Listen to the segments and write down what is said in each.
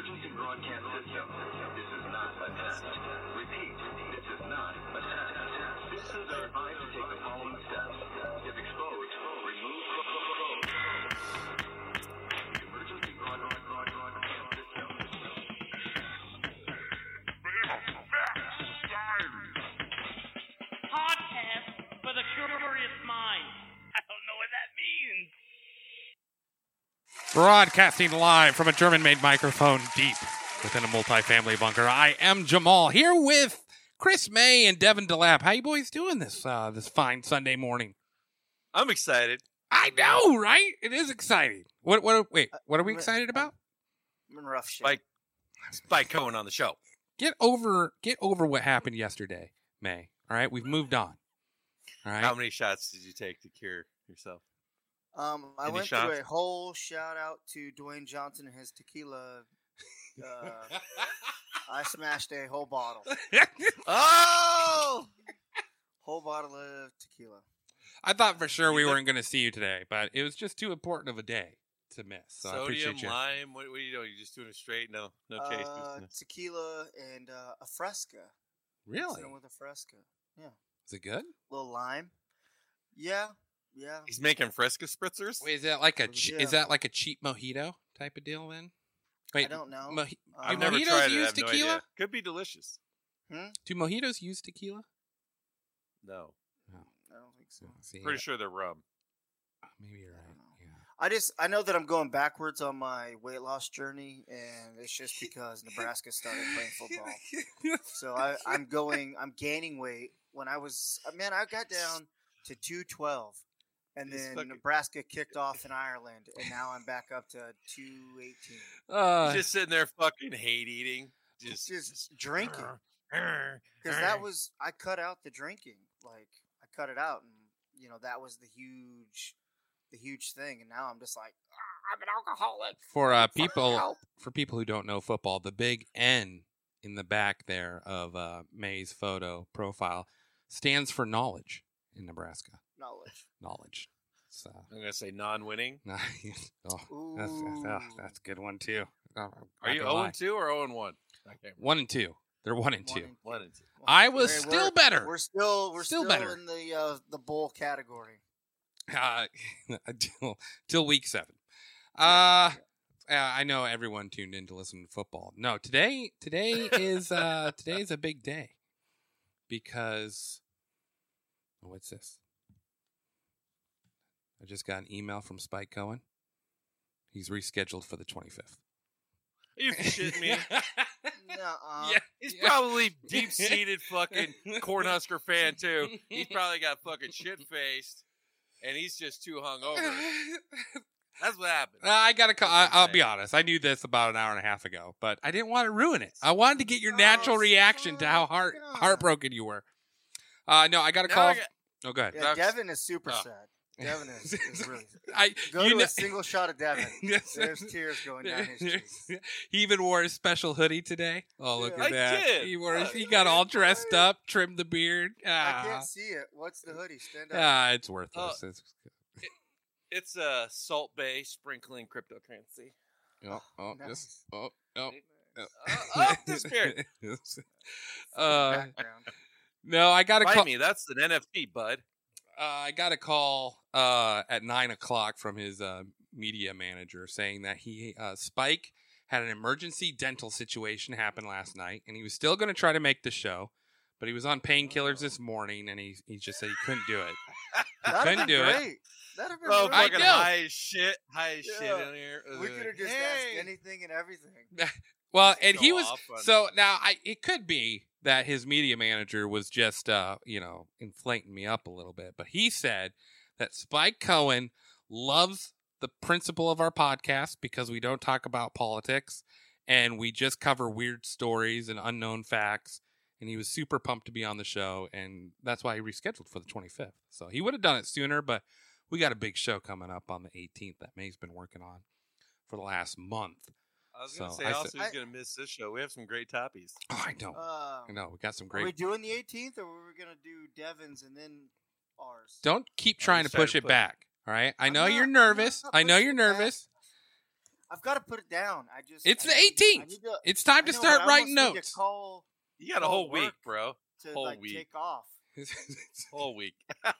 broadcast system. This is not a test. Repeat, this is not a test. Citizens are advised to take the following steps. If exposed, remove clothes. Emergency broadcast broadcast system. podcast for the curious mind. I don't know what that means. Broadcasting live from a German made microphone deep within a multifamily bunker. I am Jamal here with Chris May and Devin DeLap. How you boys doing this uh, this fine Sunday morning? I'm excited. I know, right? It is exciting. What what wait, what are we Uh, excited about? I'm in rough shape. Like- Spike Cohen on the show. Get over get over what happened yesterday, May. All right, we've moved on. All right. How many shots did you take to cure yourself? um, I any went shots? through a whole shout out to Dwayne Johnson and his tequila. Uh, I smashed a whole bottle, Oh! whole bottle of tequila. I thought for sure we weren't going to see you today, but it was just too important of a day to miss. So I Sodium, appreciate you. lime. What, what are you doing? You just doing it straight? No, no chase. Uh, tequila and uh, a fresca. Really? Something with a fresca, Is it good? little lime. Yeah, yeah. He's making fresca spritzers. Wait, is that like a Well, che- yeah. is that like a cheap mojito type of deal then? I don't know. moji- I've Um, never mojitos tried it. I use have no tequila? idea. Could be delicious. do mojitos use tequila? No, I don't think so. See, pretty sure they're rum. Maybe you're right. I don't know. Yeah. I just I know that I'm going backwards on my weight loss journey, and it's just because Nebraska started playing football. So I, I'm going. I'm gaining weight. When I was uh, man, I got down to two twelve, and It's then fucking- Nebraska kicked off in Ireland, and now I'm back up to two eighteen. Uh, He's just sitting there fucking hate eating. Just, Just, drinking because Grr. that was I cut out the drinking. Like I cut it out, and you know that was the huge, the huge thing. And now I'm just like "Ah, I'm an alcoholic. for uh, Fucking people help." for people who don't know football, the big N in the back there of uh, May's photo profile stands for knowledge in Nebraska. knowledge. Knowledge. So I'm gonna say non-winning. oh, that's, that's, oh, Ooh. that's a good one too. I'm not Are you gonna lie. zero two or zero one? I can't remember. One and two. They're one and One two. and- One and two. I was We're- still we're- better. We're still we're Still still, better. in the uh, the bowl category. uh, till, till week seven. Uh, uh, I know everyone tuned in to listen to football. No, today today is uh, today is a big day because oh, what's this? I just got an email from Spike Cohen. He's rescheduled for the twenty fifth. Are you shitting me? Nuh-uh. Yeah. Uh, He's probably deep-seated fucking Cornhusker fan too. He's probably got fucking shit faced, and he's just too hungover. That's what happened. Uh, I gotta. Call, I, That's I'll be insane. honest. I knew this about an hour and a half ago, but I didn't want to ruin it. I wanted to get your natural Oh, reaction to how heart God. heartbroken you were. Uh, no, I got a Now call. I got- oh, good. Yeah, That's- Devin is super Oh. sad. Devin is, is really. I Go you to know, a single shot of Devin. Yes. There's tears going down his cheeks. he even wore his special hoodie today. Oh, look Yeah. at I that! did. He wore. his- Look. He got all dressed up, trimmed the beard. I Ah, can't see it. What's the hoodie? Stand up. ah it's worthless. Oh. It's- It's a Salt Bay sprinkling cryptocurrency. oh, oh, Nice. just- oh, oh, oh. Uh, up this beard. Uh, Background. no, I got a call. Find me. That's an NFT, bud. uh, I got a call uh, at nine o'clock from his uh, media manager saying that he uh, Spike had an emergency dental situation happen last night, and he was still going to try to make the show, but he was on Oh. painkillers this morning, and he he just said he couldn't do it. That'd couldn't been do it. great. That'd have been Bro, I really fucking know. high as shit. High as shit Yeah. in here. great. We Ugh. could have just Hey. asked anything and everything. Well, Just Uh, and go he was off on- so now. I it could be that his media manager was just uh, you know inflating me up a little bit, but he said that Spike Cohen loves the principle of our podcast because we don't talk about politics and we just cover weird stories and unknown facts. And he was super pumped to be on the show, and that's why he rescheduled for the 25th. So he would have done it sooner, but we got a big show coming up on the 18th that May's been working on for the last month. I was gonna so say I also said- he's I- gonna miss this show. We have some great toppies. Oh, I don't. Um, No, we got some Are we great. doing the 18th, or were we gonna do Devin's and then ours? Don't keep I'm trying to just trying push to it put- back. All right. I I'm know not- you're I'm not- nervous. I'm not I know pushing you're it back. nervous. I've got to put it down. I just It's I the need- I 18th. need to- It's time I to know, start but I writing almost need to notes. call You got a Oh, whole week, work. bro. to Whole like week. take off. Whole week. Yeah,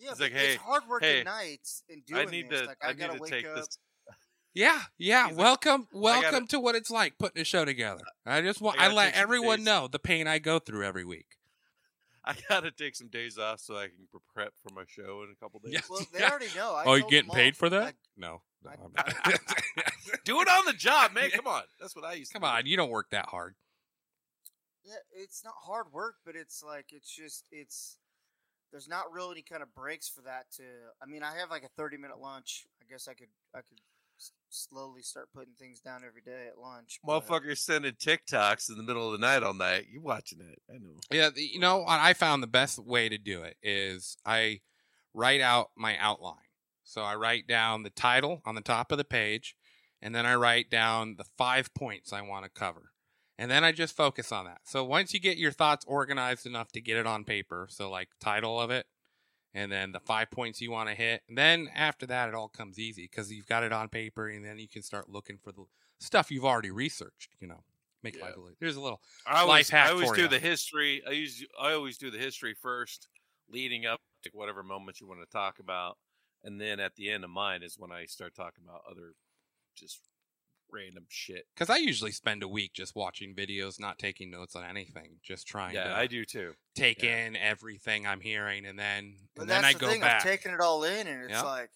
It's but like, hey, it's hard working hey, nights and doing I need this. to. like, I, I, need gotta to wake take up. this. yeah, yeah. He's like, welcome, gotta- welcome to what it's like putting a show together. I just want I, I gotta let take some everyone days. know the pain I go through every week. I gotta take some days off so I can pre- prep for my show in a couple days. Yeah. Well, they already know. I oh, you told getting them paid all. for that? I- no. no I- I'm I- not. Do it on the job, man. Come on. That's what I used to Come on, do. you don't work that hard. yeah, it's not hard work, but it's like it's just it's. There's not really any kind of breaks for that. To I mean, I have like a 30 minute lunch. I guess I could I could s- slowly start putting things down every day at lunch. but- Motherfucker sending TikToks in the middle of the night all night. You watching that? I know. Yeah, the- you know what I found the best way to do it is I write out my outline. So I write down the title on the top of the page, and then I write down the five points I want to cover. And then I just focus on that. So once you get your thoughts organized enough to get it on paper, so like title of it, and then the five points you want to hit, and then after that it all comes easy because you've got it on paper, and then you can start looking for the stuff you've already researched. You know, make Yeah. life a little. There's a little. I always, Life hack I always for do ya. the history. I use I always do the history first, leading up to whatever moment you want to talk about, and then at the end of mine is when I start talking about other just random shit. because I usually spend a week just watching videos, not taking notes on anything, just trying yeah, to I do too. take yeah. in everything I'm hearing, and then But and then that's I the go thing, back. I'm taking it all in, and it's Yeah. like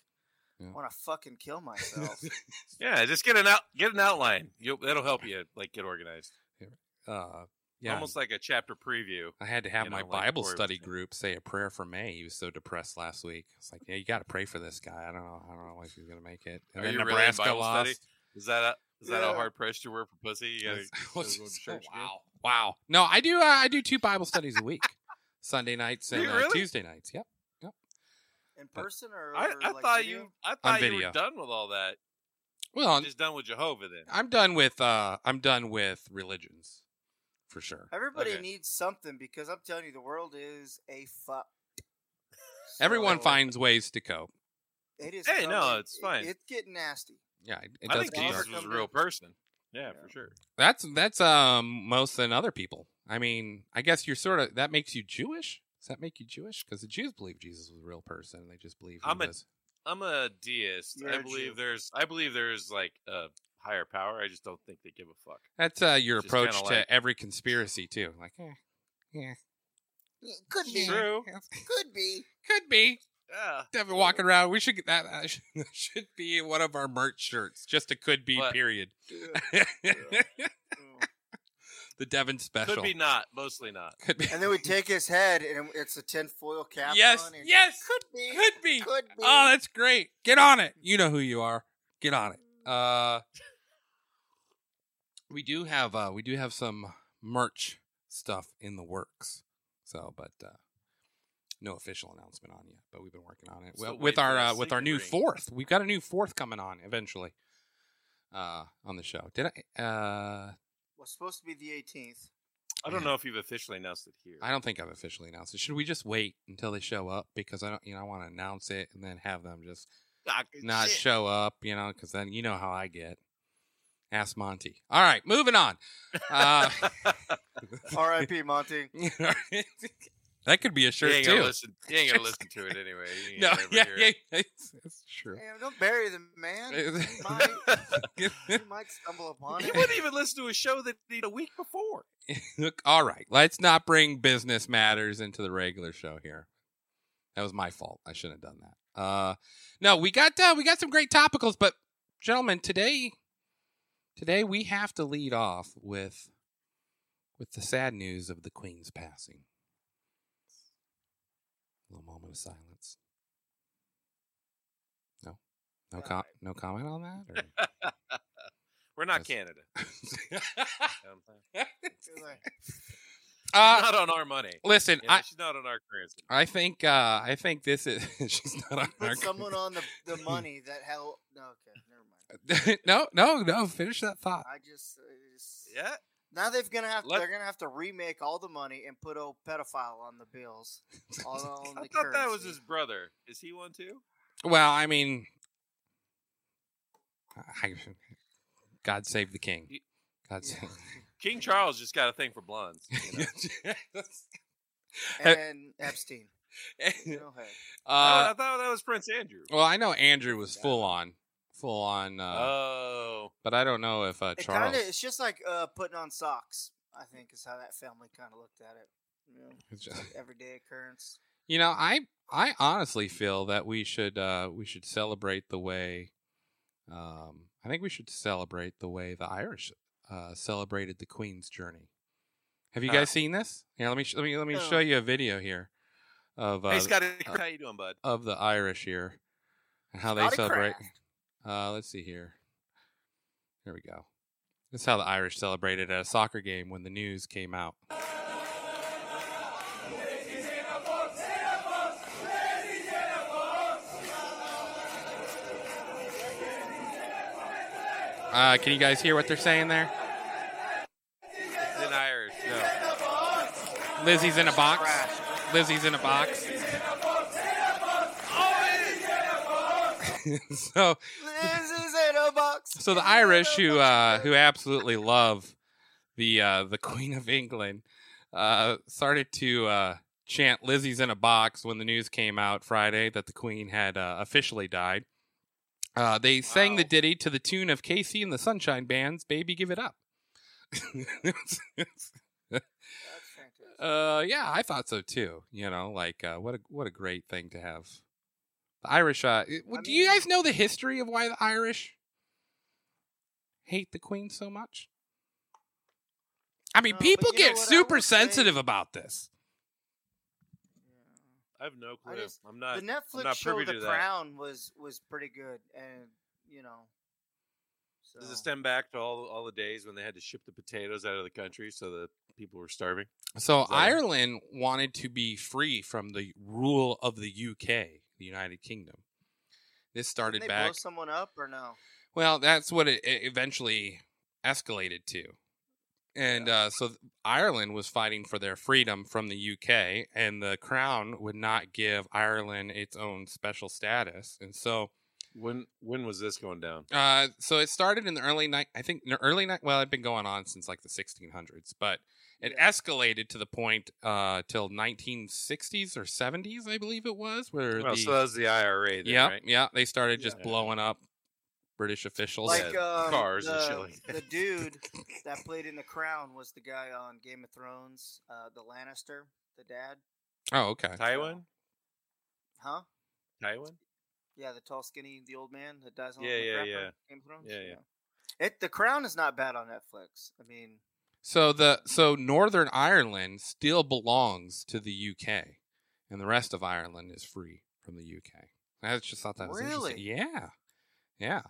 Yeah. I want to fucking kill myself. Yeah, just get an out, get an outline. You'll, that'll help you like get organized. uh, yeah, Almost like a chapter preview. I had to have you my know, like Bible Corey was study saying. group say a prayer for May. He was so depressed last week. It's like, yeah, you got to pray for this guy. I don't know. I don't know if he's gonna make it. And Are then you really in Nebraska Bible lost. study? Is that a, is that how Yeah. hard pressed you were for pussy? You gotta, It's- gotta go to it's- church again? wow, wow. No, I do. Uh, I do two Bible studies a week, Sunday nights Do and you uh, really? Tuesday nights. Yep. in person or I, over, I like, thought video? you I thought you video. were done with all that. Well, on, You're just done with Jehovah then. I'm done with uh I'm done with religions for sure. Oh, Everybody Okay. needs something because I'm telling you, the world is a fuck. Everyone So, finds ways to cope. It is. Hey, no, coming- it's fine. It, it's getting nasty. Yeah, it, it I does think get dark. Jesus was a real person. Yeah, Yeah. for sure. That's that's um most than other people. I mean, I guess you're sort of that makes you Jewish. Does that make you Jewish? Because the Jews believe Jesus was a real person. They just believe he I'm a- was. I'm a deist. You're I a believe Jew. there's I believe there's like a higher power. I just don't think they give a fuck. That's uh, your just approach to kinda like- every conspiracy too. Like, eh, It could be. True. Could be. could be. Yeah. Devin walking around. We should get that. that should- that should be in one of our merch shirts. Just a could be But- period. the Devin special Could be not, mostly not. Could be- and then we take his head, and it's a tinfoil cap. Yes, on, and yes. Could be. could be. Could be. Oh, that's great. Get on it. You know who you are. Get on it. Uh we do have uh we do have some merch stuff in the works. So, but uh no official announcement on yet, but we've been working on it. Still Well, with waiting for our a uh, with our signature new ring. fourth. We've got a new fourth coming on eventually. Uh on the show. Did I uh was supposed to be the 18th. I don't Yeah. know if you've officially announced it here. I don't think I've officially announced it. Should we just wait until they show up because I don't you know I want to announce it and then have them just Ah, not shit. show up, you know, because then you know how I get. Ask Monty. All right, moving on. Uh, R.I.P. Monty. that could be a You shirt ain't gonna too. listen. You ain't gonna listen to it anyway. You ain't No, gonna ever yeah, hear yeah, it. it's, it's true. Hey, don't bury the man. You might, you might stumble upon He it. wouldn't even listen to a show that he did a week before. Look, all right, let's not bring business matters into the regular show here. That was my fault. I shouldn't have done that. Uh, no, we got uh, we got some great topicals, but gentlemen, today today we have to lead off with with the sad news of the Queen's passing. A little moment of silence. No, no com- no comment on that. We're Yes. not Canada. Or? You know what I'm saying? uh, not on our money. listen, You know, I, she's not on our currency. I think uh I think this is she's not on our Put someone on the, the money that held. No, okay, never mind. no, no, no, finish that thought. I just, uh, I just Yeah. now they've gonna have Let- they're gonna have to remake all the money and put old pedophile on the bills. All on I the thought that was currency. his brother. Is he one too? Well, I mean I, God save the king. Y- God Yeah. save. King Charles just got a thing for blondes. you know? and Epstein. Go ahead. I, uh, I thought that was Prince Andrew. well, I know Andrew was full on, full on, uh, oh, but I don't know if uh, It Charles. kind of it's just like uh, putting on socks. I think is how that family kind of looked at it. You know, It's it's just- like everyday occurrence. You know, I I honestly feel that we should uh, we should celebrate the way. Um, I think we should celebrate the way the Irish uh, celebrated the Queen's journey. Have you Huh. guys seen this? Yeah, let me sh- let me let me No. show you a video here of uh, hey Scotty, how you doing, bud? of the Irish here and how they Scotty celebrate. Kraft. Uh, let's see here. Here we go. That's how the Irish celebrated at a soccer game when the news came out. Uh, can you guys hear what they're saying there? It's in Irish. No. Lizzie's in a box. Kraft. Lizzie's in a box. so This is in a box. So the Irish who uh, who absolutely love the uh, the Queen of England uh, started to uh, chant "Lizzie's in a box" when the news came out Friday that the Queen had uh, officially died. Uh, they sang the Wow. ditty to the tune of Casey and the Sunshine Band's "Baby Give It Up." That's fantastic. uh, yeah, I thought so too. You know, like uh, what a what a great thing to have. The Irish. Uh, it- I do you mean- guys know the history of why the Irish hate the Queen so much? I mean, No, but people you know get what I super will say- sensitive about this. Yeah. I have no I clue. just- I'm not. the Netflix not show privy The to that. Crown was was pretty good, and you know, so Does it stem back to all all the days when they had to ship the potatoes out of the country so the people were starving? So Is that it? Ireland wanted to be free from the rule of the UK, the United Kingdom. This Didn't started they blow back. someone up or no? Well, that's what it, it eventually escalated to. And uh, so th- Ireland was fighting for their freedom from the UK, and the crown would not give Ireland its own special status. And so, When when was this going down? uh, so it started in the early night. I think in the early night. Well, it's been going on since like the 1600s, but it escalated to the point uh, till 1960s or 70s, I believe it was, where Well, the so that was the IRA, then, yeah, right? yeah, they started just Yeah. blowing up British officials. Like Yeah, um, cars the, and shit like that. the dude that played in The Crown was the guy on Game of Thrones, uh, the Lannister, the dad, oh, okay. Tywin, huh? Tywin. Yeah, the tall, skinny, the old man that dies on Yeah, the yeah, wrapper yeah. in Game of Thrones. Yeah, yeah. It The Crown is not bad on Netflix. I mean, So the so Northern Ireland still belongs to the UK, and the rest of Ireland is free from the UK. I just thought that was interesting. Really? Yeah, yeah.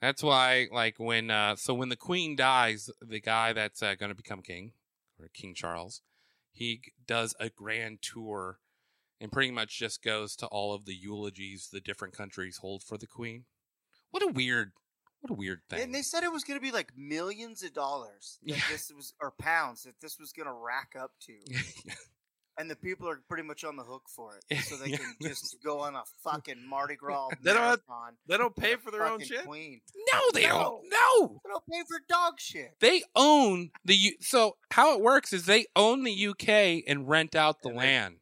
That's why, like, when uh, so when the Queen dies, the guy that's uh, going to become king or King Charles, he g- does a grand tour, and pretty much just goes to all of the eulogies the different countries hold for the Queen. What a weird, what a weird thing. and they said it was going to be like millions of dollars that Yeah. this was or pounds that this was going to rack up to. and the people are pretty much on the hook for it, so they Yeah. can just go on a fucking Mardi Gras They don't have- marathon. They don't with pay a for their own fucking shit. Queen, no, they don't. No, they don't pay for dog shit. they own the U- so how it works is they own the UK and rent out the And they- land.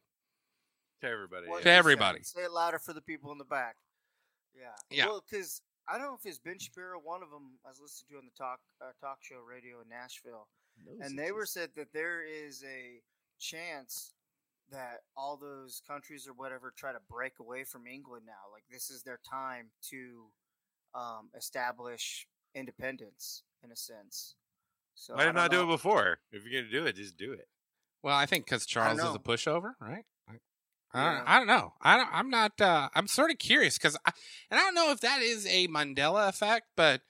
To everybody. What To yeah. you said. everybody. Say it louder for the people in the back. Yeah. Yeah. Well, because I don't know if it's Ben Shapiro, one of them I was listening to on the talk uh, talk show radio in Nashville, and they were said that there is a chance that all those countries or whatever try to break away from England now. Like this is their time to um, establish independence in a sense. So Why I did don't not do it know- before? If you're gonna do it, just do it. Well, I think because Charles is a know. pushover, right? I, I, Yeah. I don't know. I don't, I'm not. Uh, I'm sort of curious because, I, and I don't know if that is a Mandela effect, but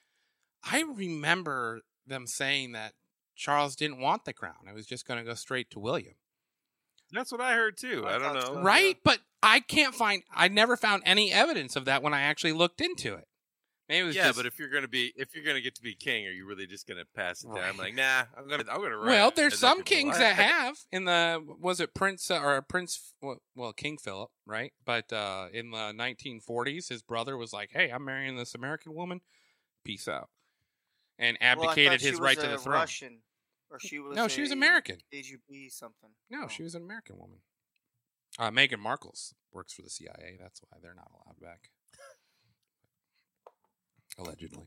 I remember them saying that Charles didn't want the crown. It was just going to go straight to William, That's what I heard too. I I, don't thought know. so. right? But I can't find. I never found any evidence of that when I actually looked into it. Maybe it was Yeah, just, but if you're gonna be, if you're gonna get to be king, are you really just gonna pass it down? I'm Right. like, nah, I'm gonna, I'm gonna. Run Well, it there's as some if it's kings alive. that have in the was it Prince uh, or Prince well, well King Philip, right? But uh, in the 1940s, his brother was like, "Hey, I'm marrying this American woman. Peace out." and Well, I thought abdicated she his was right to a the throne. Russian, or she was no, she was a American. KGB something. No, Oh. she was an American woman. Uh, Meghan Markle's works for the CIA. That's why they're not allowed back. Allegedly.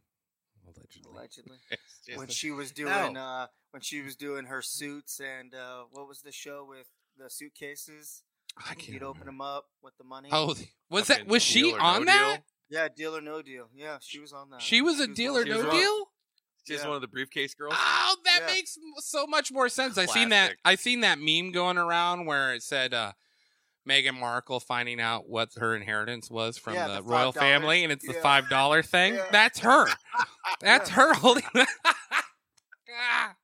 Allegedly. allegedly It's just- when she was doing uh, when she was doing her suits and uh, what was the show with the suitcases? I can't You'd open remember. them up with the money. Oh, the- was that Fucking was she Deal or No on that? Deal. yeah, Deal or No Deal. Yeah, Uh, she was on that. She was a one deal of or the- She was no on- deal. She's Yeah. one of the briefcase girls. Oh, that Yeah. makes m- so much more sense. I seen that. Classic. I seen that meme going around where it said uh, Meghan Markle finding out what her inheritance was from Yeah, the, the royal $5. family, and it's the Yeah. five dollar thing. Yeah. That's her. That's Yeah. her holding. Ah.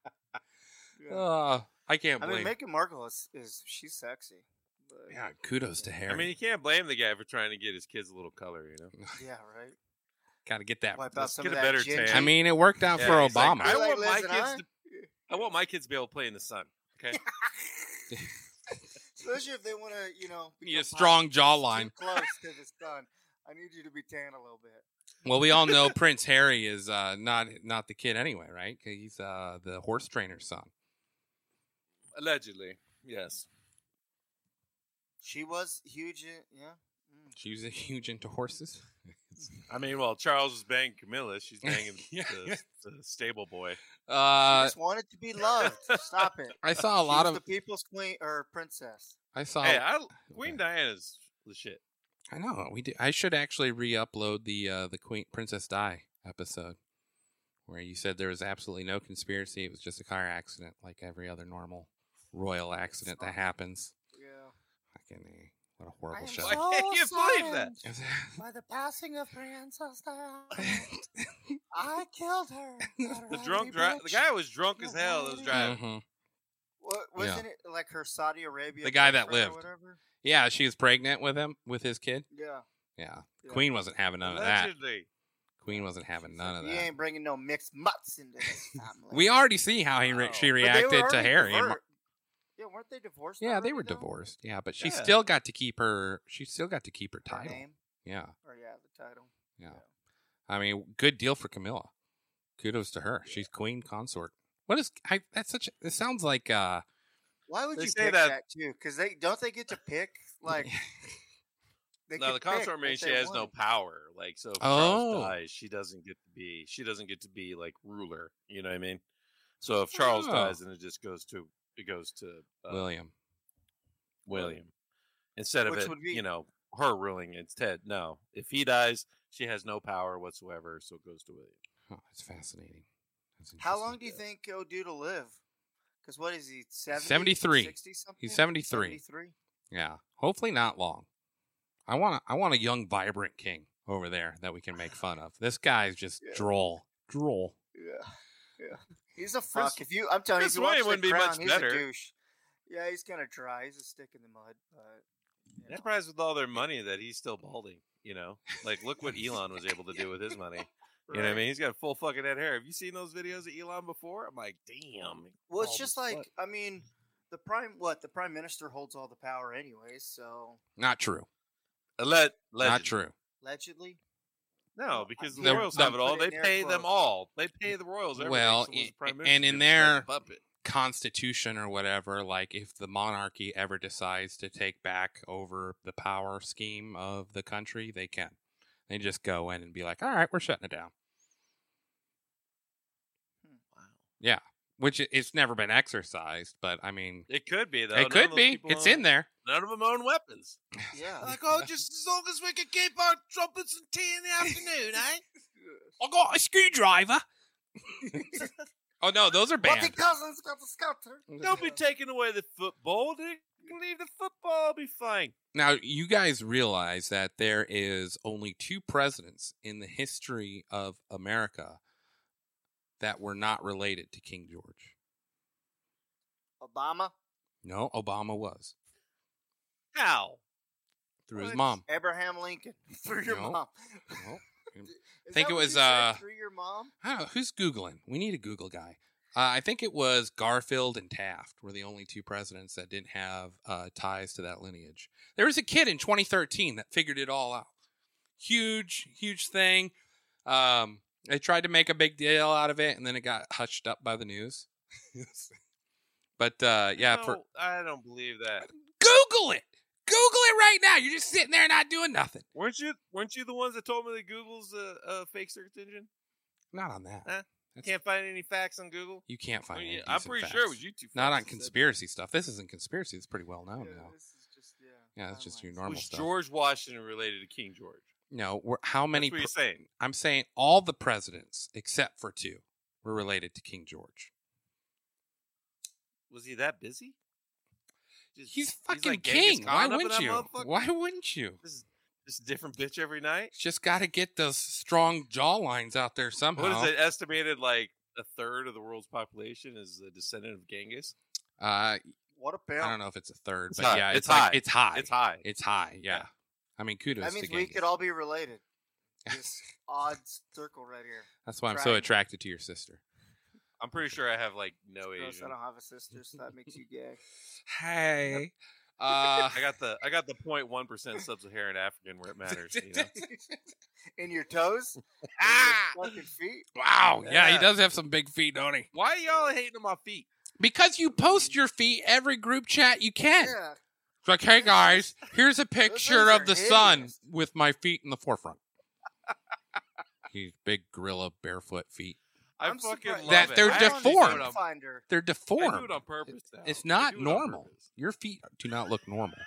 Yeah. Oh, I can't I believe. mean, Meghan Markle is, is she's sexy. but- yeah, kudos to Harry. I mean, you can't blame the guy for trying to get his kids a little color, you know. yeah, right. gotta get that. Wipe out some get of a that better ginger. tan. I mean, it worked out Yeah, for he's like, Obama. I You're like, want my "Listen, kids. I- To, I want my kids to be able to play in the sun. Okay. especially if they want to, you know, You need a become strong popular. jawline. Too close to the sun. I need you to be tan a little bit. Well, we all know Prince Harry is uh, not not the kid anyway, right? 'Cause He's uh, the horse trainer's son. Allegedly, yes. She was huge. In, yeah. Mm. She was a huge into horses. I mean, well, Charles is banging Camilla. She's banging Yeah. the, the stable boy. she Uh, just wanted to be loved. Stop it. I saw a She lot was of. the people's queen or princess. I saw. Hey, I, Queen Diana's the shit. I know we do. I should actually re-upload the uh, the Queen Princess Di episode, where you said there was absolutely no conspiracy. It was just a car accident, like every other normal royal accident that happens. Yeah. Fucking a, what a horrible show. Why can't you believe that? By the passing of my ancestor, I killed her. The drunk dri- the guy was drunk as hell. That was Mm-hmm. driving. Mhm. What, wasn't it like her Saudi Arabia? The guy that boyfriend or lived. whatever? Yeah, she was pregnant with him with his kid. Yeah. Yeah, Yeah. Queen wasn't having none of Mm-hmm. that. Allegedly, Queen wasn't having none of He that. ain't banging no mixed mutts into this family. We already see how he re- Wow. she But they were reacted to already Harry. and Mar- divorced. Yeah, weren't they divorced? Yeah, they already, were though? divorced. Yeah, but she Yeah. still got to keep her. She still got to keep her Her title. name? Yeah, Or yeah, the title. yeah. I mean, good deal for Camilla. Kudos to her. She's queen consort. What is? I, that's such. It sounds like. uh Why would They you say pick that- that, too? Because they don't they get to pick like they no, could the pick consort if means she they has no wanted. power. Like, so if Charles Oh. dies, she doesn't get to be. She doesn't get to be like ruler. You know what I mean? So if Charles Oh. dies, then it just goes to it goes to uh, William. William instead of Which it, would be- you know, her ruling instead. No, if he dies, she has no power whatsoever, so it goes to William. Oh, that's fascinating. That's How interesting. long do you think old dude will live? Because what is he? 70, 73. 60 something? He's 73. 73? Yeah, hopefully not long. I want. I want a young, vibrant king over there that we can make fun of. This guy's just Yeah. droll. Droll. Yeah, yeah. He's a fuck. Chris- if you, I'm telling you, Chris if you watch Ryan The wouldn't be Crown, much he's better. a douche. Yeah, he's kind of dry. He's a stick in the mud. But you I'm know. surprised with all their money that he's still balding. You know, like look what Elon was able to do with his money. You know what I Right. mean? He's got full fucking head hair. Have you seen those videos of Elon before? I'm like, damn. Well, it's bald just as like fuck. I mean, the prime what the prime minister holds all the power anyways. So Not true. Alleg- Not alleged. true. allegedly, No, because the The- royals the- have it all. Put it They in pay air them quotes. all. They pay the royals. Everything. Well, so what's the i- prime and minister in just like a their- puppet. constitution or whatever like if the monarchy ever decides to take back over the power scheme of the country they can they just go in and be like all right we're shutting it down Hmm. yeah which i- it's never been exercised but i mean It could be though. None it of could those be people it's own- in there None of them own weapons. yeah. Like, oh, just as long as we can keep our trumpets and tea in the afternoon, eh? i got a screwdriver oh no those are What the banned cousins got the sculptor? Don't be taking away the football. They can leave the football. I'll be fine. Now, you guys realize that there is only two presidents in the history of America that were not related to King George. Obama, No, Obama was How? through his What? mom. Abraham Lincoln, through your No. mom. Well, Is Think it that what you was, said, uh, through your mom. I don't know. Who's Googling? We need a Google guy. Uh, I think it was Garfield and Taft were the only two presidents that didn't have uh, ties to that lineage. There was a kid in 2013 that figured it all out. Huge, huge thing. Um, They tried to make a big deal out of it, and then it got hushed up by the news. but uh, yeah, for No, I don't believe that. Google it. Google it right now. You're just sitting there not doing nothing. Weren't you? Weren't you the ones that told me that Google's a, a fake search engine? Not on that. Huh? Can't find any facts on Google. You can't find. Uh, Well, any yeah, I'm decent pretty sure it facts. was you two. Not on fuckers that said that. conspiracy stuff. This isn't conspiracy. It's pretty well known now. this is just yeah. Yeah, it's just your timelines. It normal Was stuff. George Washington related to King George? No, we're, how many? That's what pre- you're saying. I'm saying all the presidents except for two were related to King George. Was he that busy? Just- He's like fucking Genghis king. Khan Why up in wouldn't that you? motherfucker? Why wouldn't you? This is this is a different bitch every night. Just got to get those strong jaw lines out there somehow. What is it? Estimated like a third of the world's population is a descendant of Genghis. Uh, What a I bill. don't know if it's a third, It's but high. yeah, it's, It's like, high. It's high. It's high. It's high. Yeah. Yeah. I mean, kudos That to means we Genghis. could all be related. This odd circle right here. That's why I'm so triangle. attracted to your sister. I'm pretty sure I have like no Gross, Asian. I don't have a sister, so that makes you gay. Hey. Uh, I got the I got the 0.1 percent sub-Saharan African where it matters. You know? In your toes? Ah! In your fucking feet? wow. Yeah, he Yeah. does have some big feet, don't he? Why y'all hating on my feet? Because you post your feet every group chat you can. Yeah. It's like, hey guys, here's a picture things of are the sun hideous. with my feet in the forefront. These big gorilla barefoot feet. I I'm fucking surprised- love That it. they're I I don't actually do it deformed. need to on- Find her. They're I do deformed. it on purpose. now. it's I not do it on normal. purpose. Your feet do not look normal.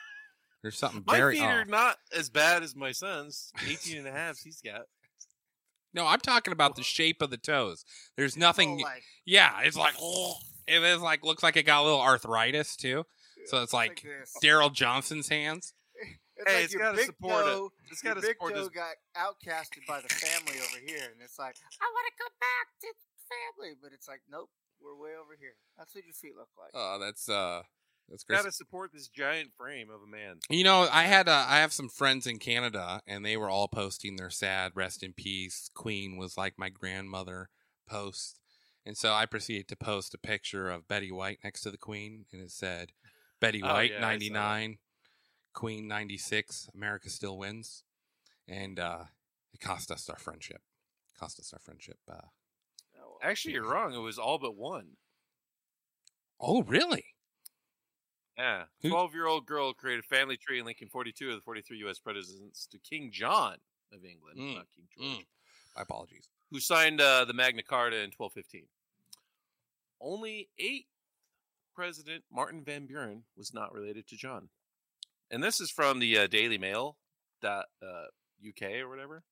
There's something My very feet off. are not as bad as my son's. 18 and a half he's got. No, I'm talking about the shape of the toes. There's nothing. Oh, like, yeah, it's like it is like looks like it got a little arthritis too. So it's like this. Daryl Johnson's hands. It's Hey, like it's your gotta big support it. toe- It's got your to big support this. toe got outcasted by the family over here, and it's like, I want to come back to the family, but it's like, nope, we're way over here. That's what your feet look like. Oh, that's uh, that's Got great. to support this giant frame of a man. You know, I had uh, I have some friends in Canada, and they were all posting their sad "Rest in Peace." Queen was like my grandmother post, and so I proceeded to post a picture of Betty White next to the Queen, and it said Betty Oh, White yeah, I saw that. ninety nine, Queen ninety six, America still wins, and uh, it cost us our friendship. Cost us our friendship. Uh, Oh, well. Actually, you're wrong. It was all but one. oh, really? Yeah. Who- 12 year old girl created a family tree in Lincoln 42 of the 43 U.S. presidents to King John of England, Mm. not King George, Mm. My apologies. who signed uh, the Magna Carta in 1215. Only eighth President Martin Van Buren was not related to John. And this is from the uh, Daily Mail, dot, uh, UK or whatever.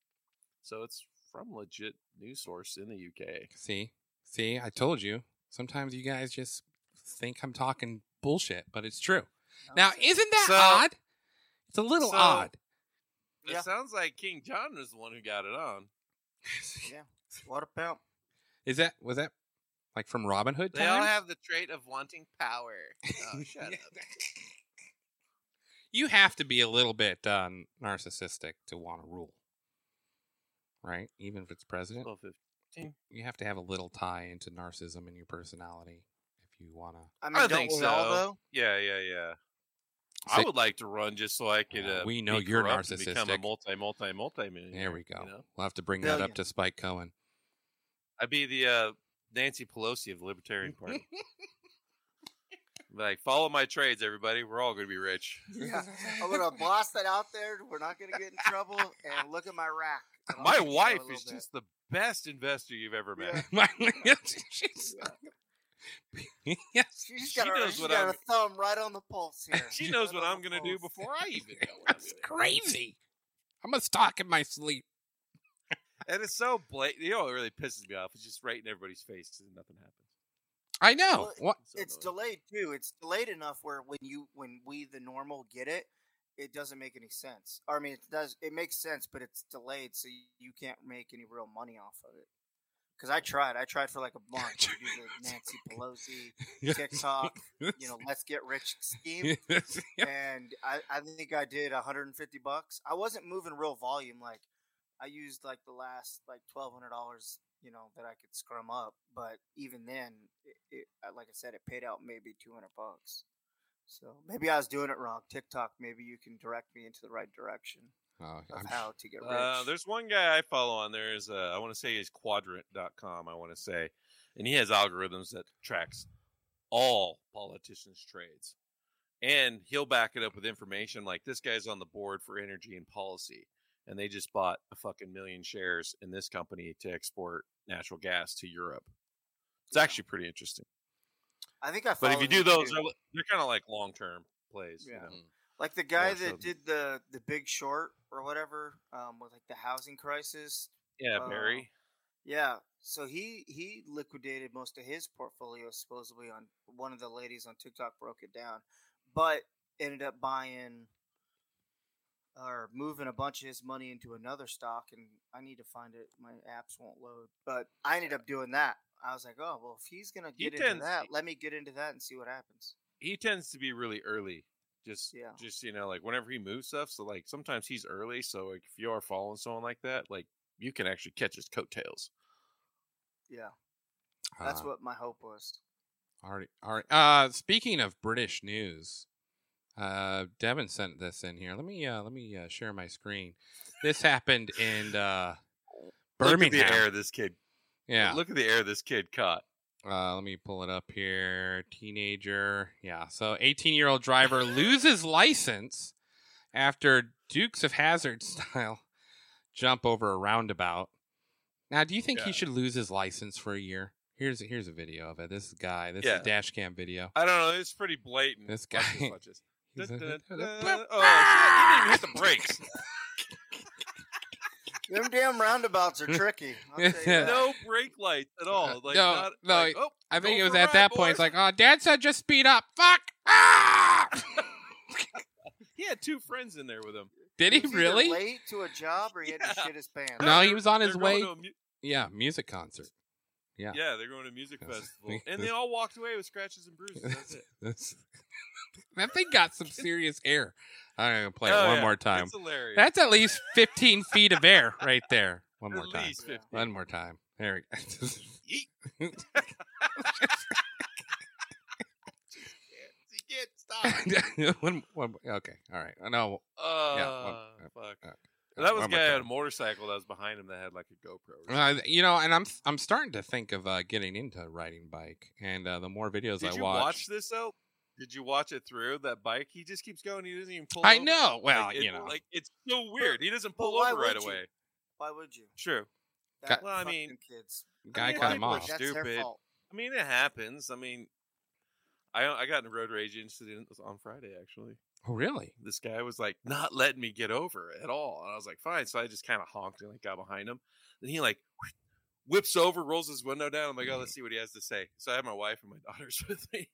So it's from legit news source in the UK. See, see, I told you. Sometimes you guys just think I'm talking bullshit, but it's true. Now, isn't that So- odd? It's a little so- odd. Yeah. It sounds like King John was the one who got it on. what about? Is that was that like from Robin Hood? They all times? have the trait of wanting power. Oh, shut up. you have to be a little bit uh, narcissistic to want to rule, right? Even if it's president, 12:15. you have to have a little tie into narcissism in your personality if you want to. I I mean, don't think we so. all though? Yeah, yeah, yeah. Say- I would like to run just so I could. Uh, Uh, we know be you're corrupt and Become a narcissistic. multi, multi, multi millionaire. There we go. You know? We'll have to bring that up Billion. to Spike Cohen. I'd be the uh, Nancy Pelosi of the Libertarian Party. like, follow my trades, everybody. We're all going to be rich. Yeah. Oh, I'm gonna blast that out there. We're not gonna get in trouble. And look at my rack. and I'll My show you a wife little is bit. just the best investor you've ever met. Yeah. She's- yes. She's she got, her, knows she's what got I'm- her thumb right on the pulse here. She knows Right what on I'm the going to do pulse. before I even know what I'm That's doing. crazy. I'm gonna talk in my sleep. And it's so blatant. You know what really pisses me off? It's just right in everybody's face and nothing happens. I know. Well, What? so It's annoying. delayed too. It's delayed enough where when you when we the normal get it, it doesn't make any sense. Or, I mean, it does. It makes sense, but it's delayed, so you, you can't make any real money off of it. Because I tried. I tried for like a month to do the Nancy Pelosi TikTok. You know, let's get rich scheme. and I, I think I did 150 bucks. I wasn't moving real volume. Like I used like the last like 1200 dollars, you know, that I could scrum up. But even then, it, it I- like I said, it paid out maybe 200 bucks. So maybe I was doing it wrong. TikTok, maybe you can direct me into the right direction. Oh, of I'm sh- how to get rich. Uh, there's one guy I follow on there is uh, I want to say is quadrant.com I want to say and he has algorithms that tracks all politicians trades and he'll back it up with information like this guy's on the board for energy and policy and they just bought a fucking million shares in this company to export natural gas to Europe. It's actually pretty interesting. I think I. But if follow you do him, those too. they're, they're kind of like long-term plays, you Yeah. know. like the guy Yeah, that so- did the the Big Short or whatever, um, with like the housing crisis. Yeah, Uh, Barry. Yeah, so he he liquidated most of his portfolio supposedly on one of the ladies on TikTok broke it down, but ended up buying or moving a bunch of his money into another stock and I need to find it my apps won't load but I ended up doing that I was like oh well if he's gonna He get tends- into that let me get into that and see what happens he tends to be really early. Just Yeah. just you know, like whenever he moves stuff. So like sometimes he's early. So like, if you are following someone like that, like you can actually catch his coattails. yeah that's uh, what my hope was All right, all right. Uh, speaking of British news, uh, Devin sent this in here. Let me uh, let me uh, share my screen. This happened in uh, Look at the Birmingham. air this kid. Yeah. Look at the air this kid caught. Uh, let me pull it up here. Teenager. Yeah. So 18 year old driver loses license after Dukes of Hazard style jump over a roundabout. Now, do you think Yeah. he should lose his license for a year? Here's here's a video of it. This is guy. This Yeah. is dash cam video. I don't know. It's pretty blatant. This Watch guy- Watch this. He's Dun, a- dun, dun. Oh, shit, he didn't even hit the brakes. them damn roundabouts are tricky I'll tell you Yeah. that. No brake lights at all. Like No, not, no, like, oh, I think it Go was for a at ride, that point. It's boys. like, oh, Dad said just speed up. Fuck! Ah! he had two friends in there with him. Did he was either really? Late to a job, or he had to Yeah. shit his pants. No, he they're- was on his they're going way- to a mu- Yeah, music concert. Yeah. yeah, they're going to a music Yes. festival, and they all walked away with scratches and bruises. That's it. That's- that thing got some serious air. I'm gonna play it Oh, one yeah. more time. That's hilarious. That's at least 15 feet of air right there. One At more time. least 50. One more time. There we go. Yeet. You can't stop. one, one, okay, all right. I know. Oh, fuck. uh, that was a one more guy time. on a motorcycle that was behind him that had like a GoPro. Or Uh, you know, and I'm I'm starting to think of uh, getting into riding bike, and uh, the more videos something. I Did you watch, watch this though? Did you watch it through that bike? He just keeps going. He doesn't even pull. I over. know. Well, Like, it- you know, like it's so weird. He doesn't Well, pull why over right would you? away. Why would you? True. That Well, I fuck mean- them kids. guy mean, cut I him think off. we're That's Stupid. their fault. I mean, it happens. I mean, I I got in a road rage incident on Friday actually. Oh, really? this guy was like not letting me get over at all. And I was like, fine. So I just kind of honked and like got behind him. Then he like whips over, rolls his window down. I'm like, Mm. oh, let's see what he has to say. So I had my wife and my daughters with me.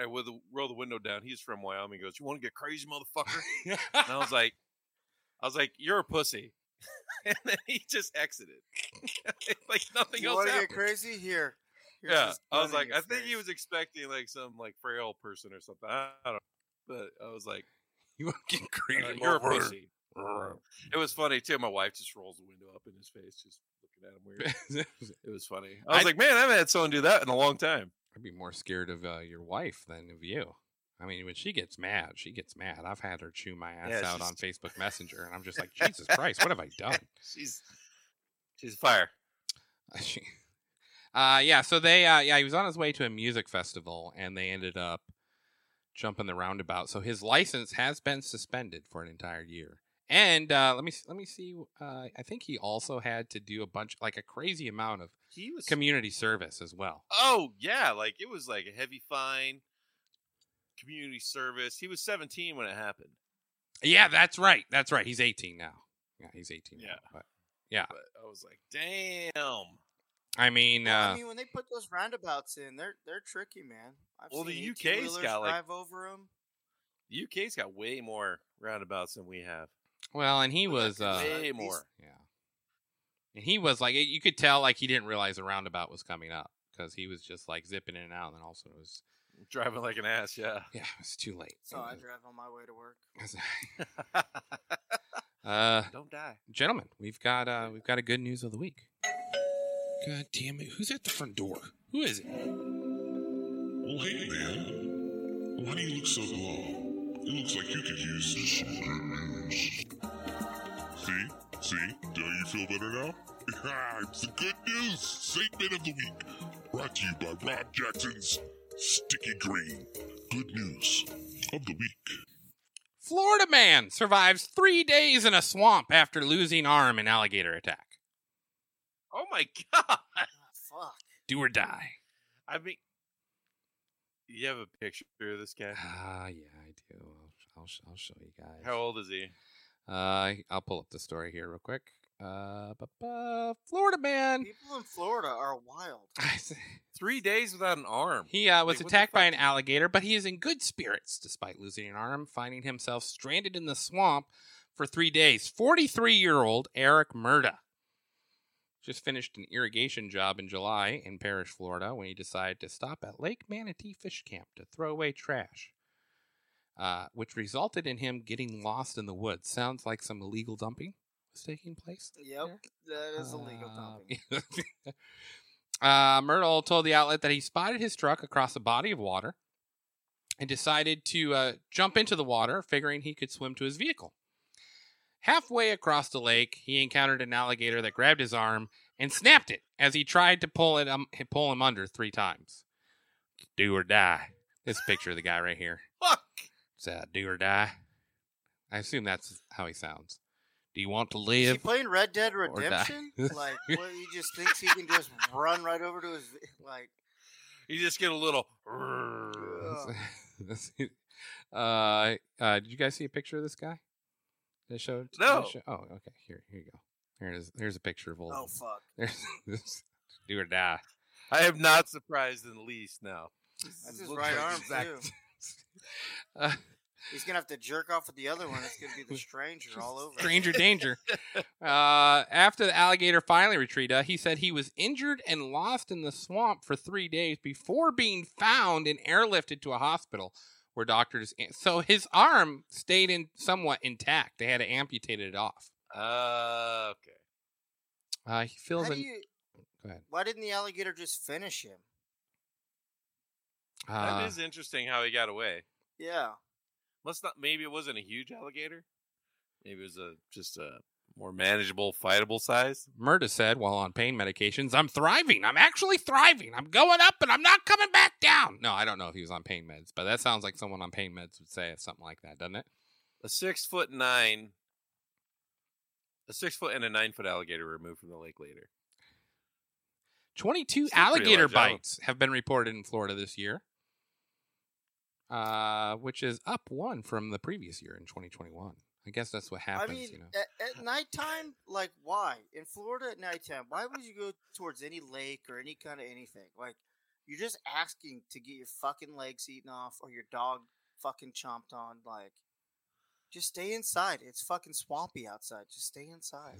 I would roll the window down. He's from Wyoming. He goes, you want to get crazy, motherfucker? and I was like, I was like, you're a pussy. and then he just exited. like nothing You else want to happened. get crazy here? here's yeah, this I gun was in like, your I think he face. was expecting like some like frail person or something. I, I don't. know. But I was like, you want to get uh, crazy? you're a motherfucker. pussy. It was funny too. My wife just rolls the window up in his face, just looking at him weird. It was funny. I was I- like, man, I haven't had someone do that in a long time. I'd be more scared of uh, your wife than of you. I mean, when she gets mad, she gets mad. I've had her chew my ass Yeah, out she's- on Facebook Messenger, and I'm just like, Jesus Christ, what have I done? She's she's fire. uh, yeah, so they, uh, yeah, he was on his way to a music festival, and they ended up jumping the roundabout. So his license has been suspended for an entire year. And uh, let me let me see. Uh, I think he also had to do a bunch, like a crazy amount of He was. community service as well. oh yeah, like it was like a heavy fine, community service. He was 17 when it happened. Yeah, that's right. That's right. He's 18 now. Yeah, he's 18. Yeah. Now, but But I was like, damn. I mean, Well, uh, I mean, when they put those roundabouts in, they're they're tricky, man. I've Well, the seen UK's 18-wheelers got, like- drive over them. The UK's got way more roundabouts than we have. well, and he But that was, could uh, be- way these- more. yeah, and he was like, you could tell, like he didn't realize the roundabout was coming up because he was just like zipping in and out, and then also it was, Driving like an ass, yeah. yeah, it was too late. So Mm. I drive on my way to work. uh, Don't die. gentlemen, we've got, uh, we've got a good news of the week. God damn it! Who's at the front door? Who is it? Well, hey, man. Why do you look so glum? It looks like you could use some good news. See? See? Do you feel better now? it's the good news segment of the week. Brought to you by Rob Jackson's Sticky Green. Good news of the week. Florida man survives three days in a swamp after losing arm in alligator attack. Oh my god! Ah, Fuck. Do or die. I mean, you have a picture of this guy. Ah, yeah, I do. I'll, I'll, I'll show you guys. How old is he? Uh, I'll pull up the story here real quick. Uh, ba-ba, Florida man. People in Florida are wild. Three days without an arm. He uh, was Like, what the attacked by fuck? an alligator, but he is in good spirits despite losing an arm, finding himself stranded in the swamp for three days. 43 year old Eric Murda just finished an irrigation job in July in Parrish, Florida, when he decided to stop at Lake Manatee Fish Camp to throw away trash, uh, which resulted in him getting lost in the woods. Sounds like some illegal dumping was taking place. Yep, that is illegal dumping. Uh, uh, Myrtle told the outlet that he spotted his truck across a body of water and decided to uh, jump into the water, figuring he could swim to his vehicle. Halfway across the lake, he encountered an alligator that grabbed his arm and snapped it as he tried to pull it um, pull him under three times. Do or die. This picture of the guy right here. Fuck. It's uh, do or die. I assume that's how he sounds. Do you want to Is live? he playing Red Dead die. Redemption? like, what, he just thinks he can just run right over to his like. You just get a little. Ugh. Let's see. e, uh, uh, did you guys see a picture of this guy? Did I show? did I No. show- oh, okay. Here, here you go. Here it is. Here's a picture of old. Oh fuck! There's this. Do or die. I am not surprised in the least now. That's This his looks right like arm exact- too. Uh, He's gonna have to jerk off with the other one. It's gonna be the stranger all over. stranger danger. Uh, after the alligator finally retreated, uh, he said he was injured and lost in the swamp for three days before being found and airlifted to a hospital where doctors. eh, So his arm stayed in somewhat intact. They had to amputate it off. Uh, okay. Uh, he How feels do an- you- Go ahead. Why didn't the alligator just finish him? Uh, Ah. that is interesting how he got away. Yeah. Must not. Maybe it wasn't a huge alligator. Maybe it was a just a more manageable, fightable size. Murda said while on pain medications, I'm thriving. I'm actually thriving. I'm going up and I'm not coming back down. No, I don't know if he was on pain meds, but that sounds like someone on pain meds would say something like that, doesn't it? A six foot nine. A six foot and a nine foot alligator were removed from the lake later. 22 Still pretty alligator large island. bites have been reported in Florida this year, uh, which is up one from the previous year in 2021. I guess that's what happens, I mean, you know. at, at nighttime, like why in Florida at nighttime? Why would you go towards any lake or any kind of anything? Like you're just asking to get your fucking legs eaten off or your dog fucking chomped on. Like, just stay inside. It's fucking swampy outside. Just stay inside.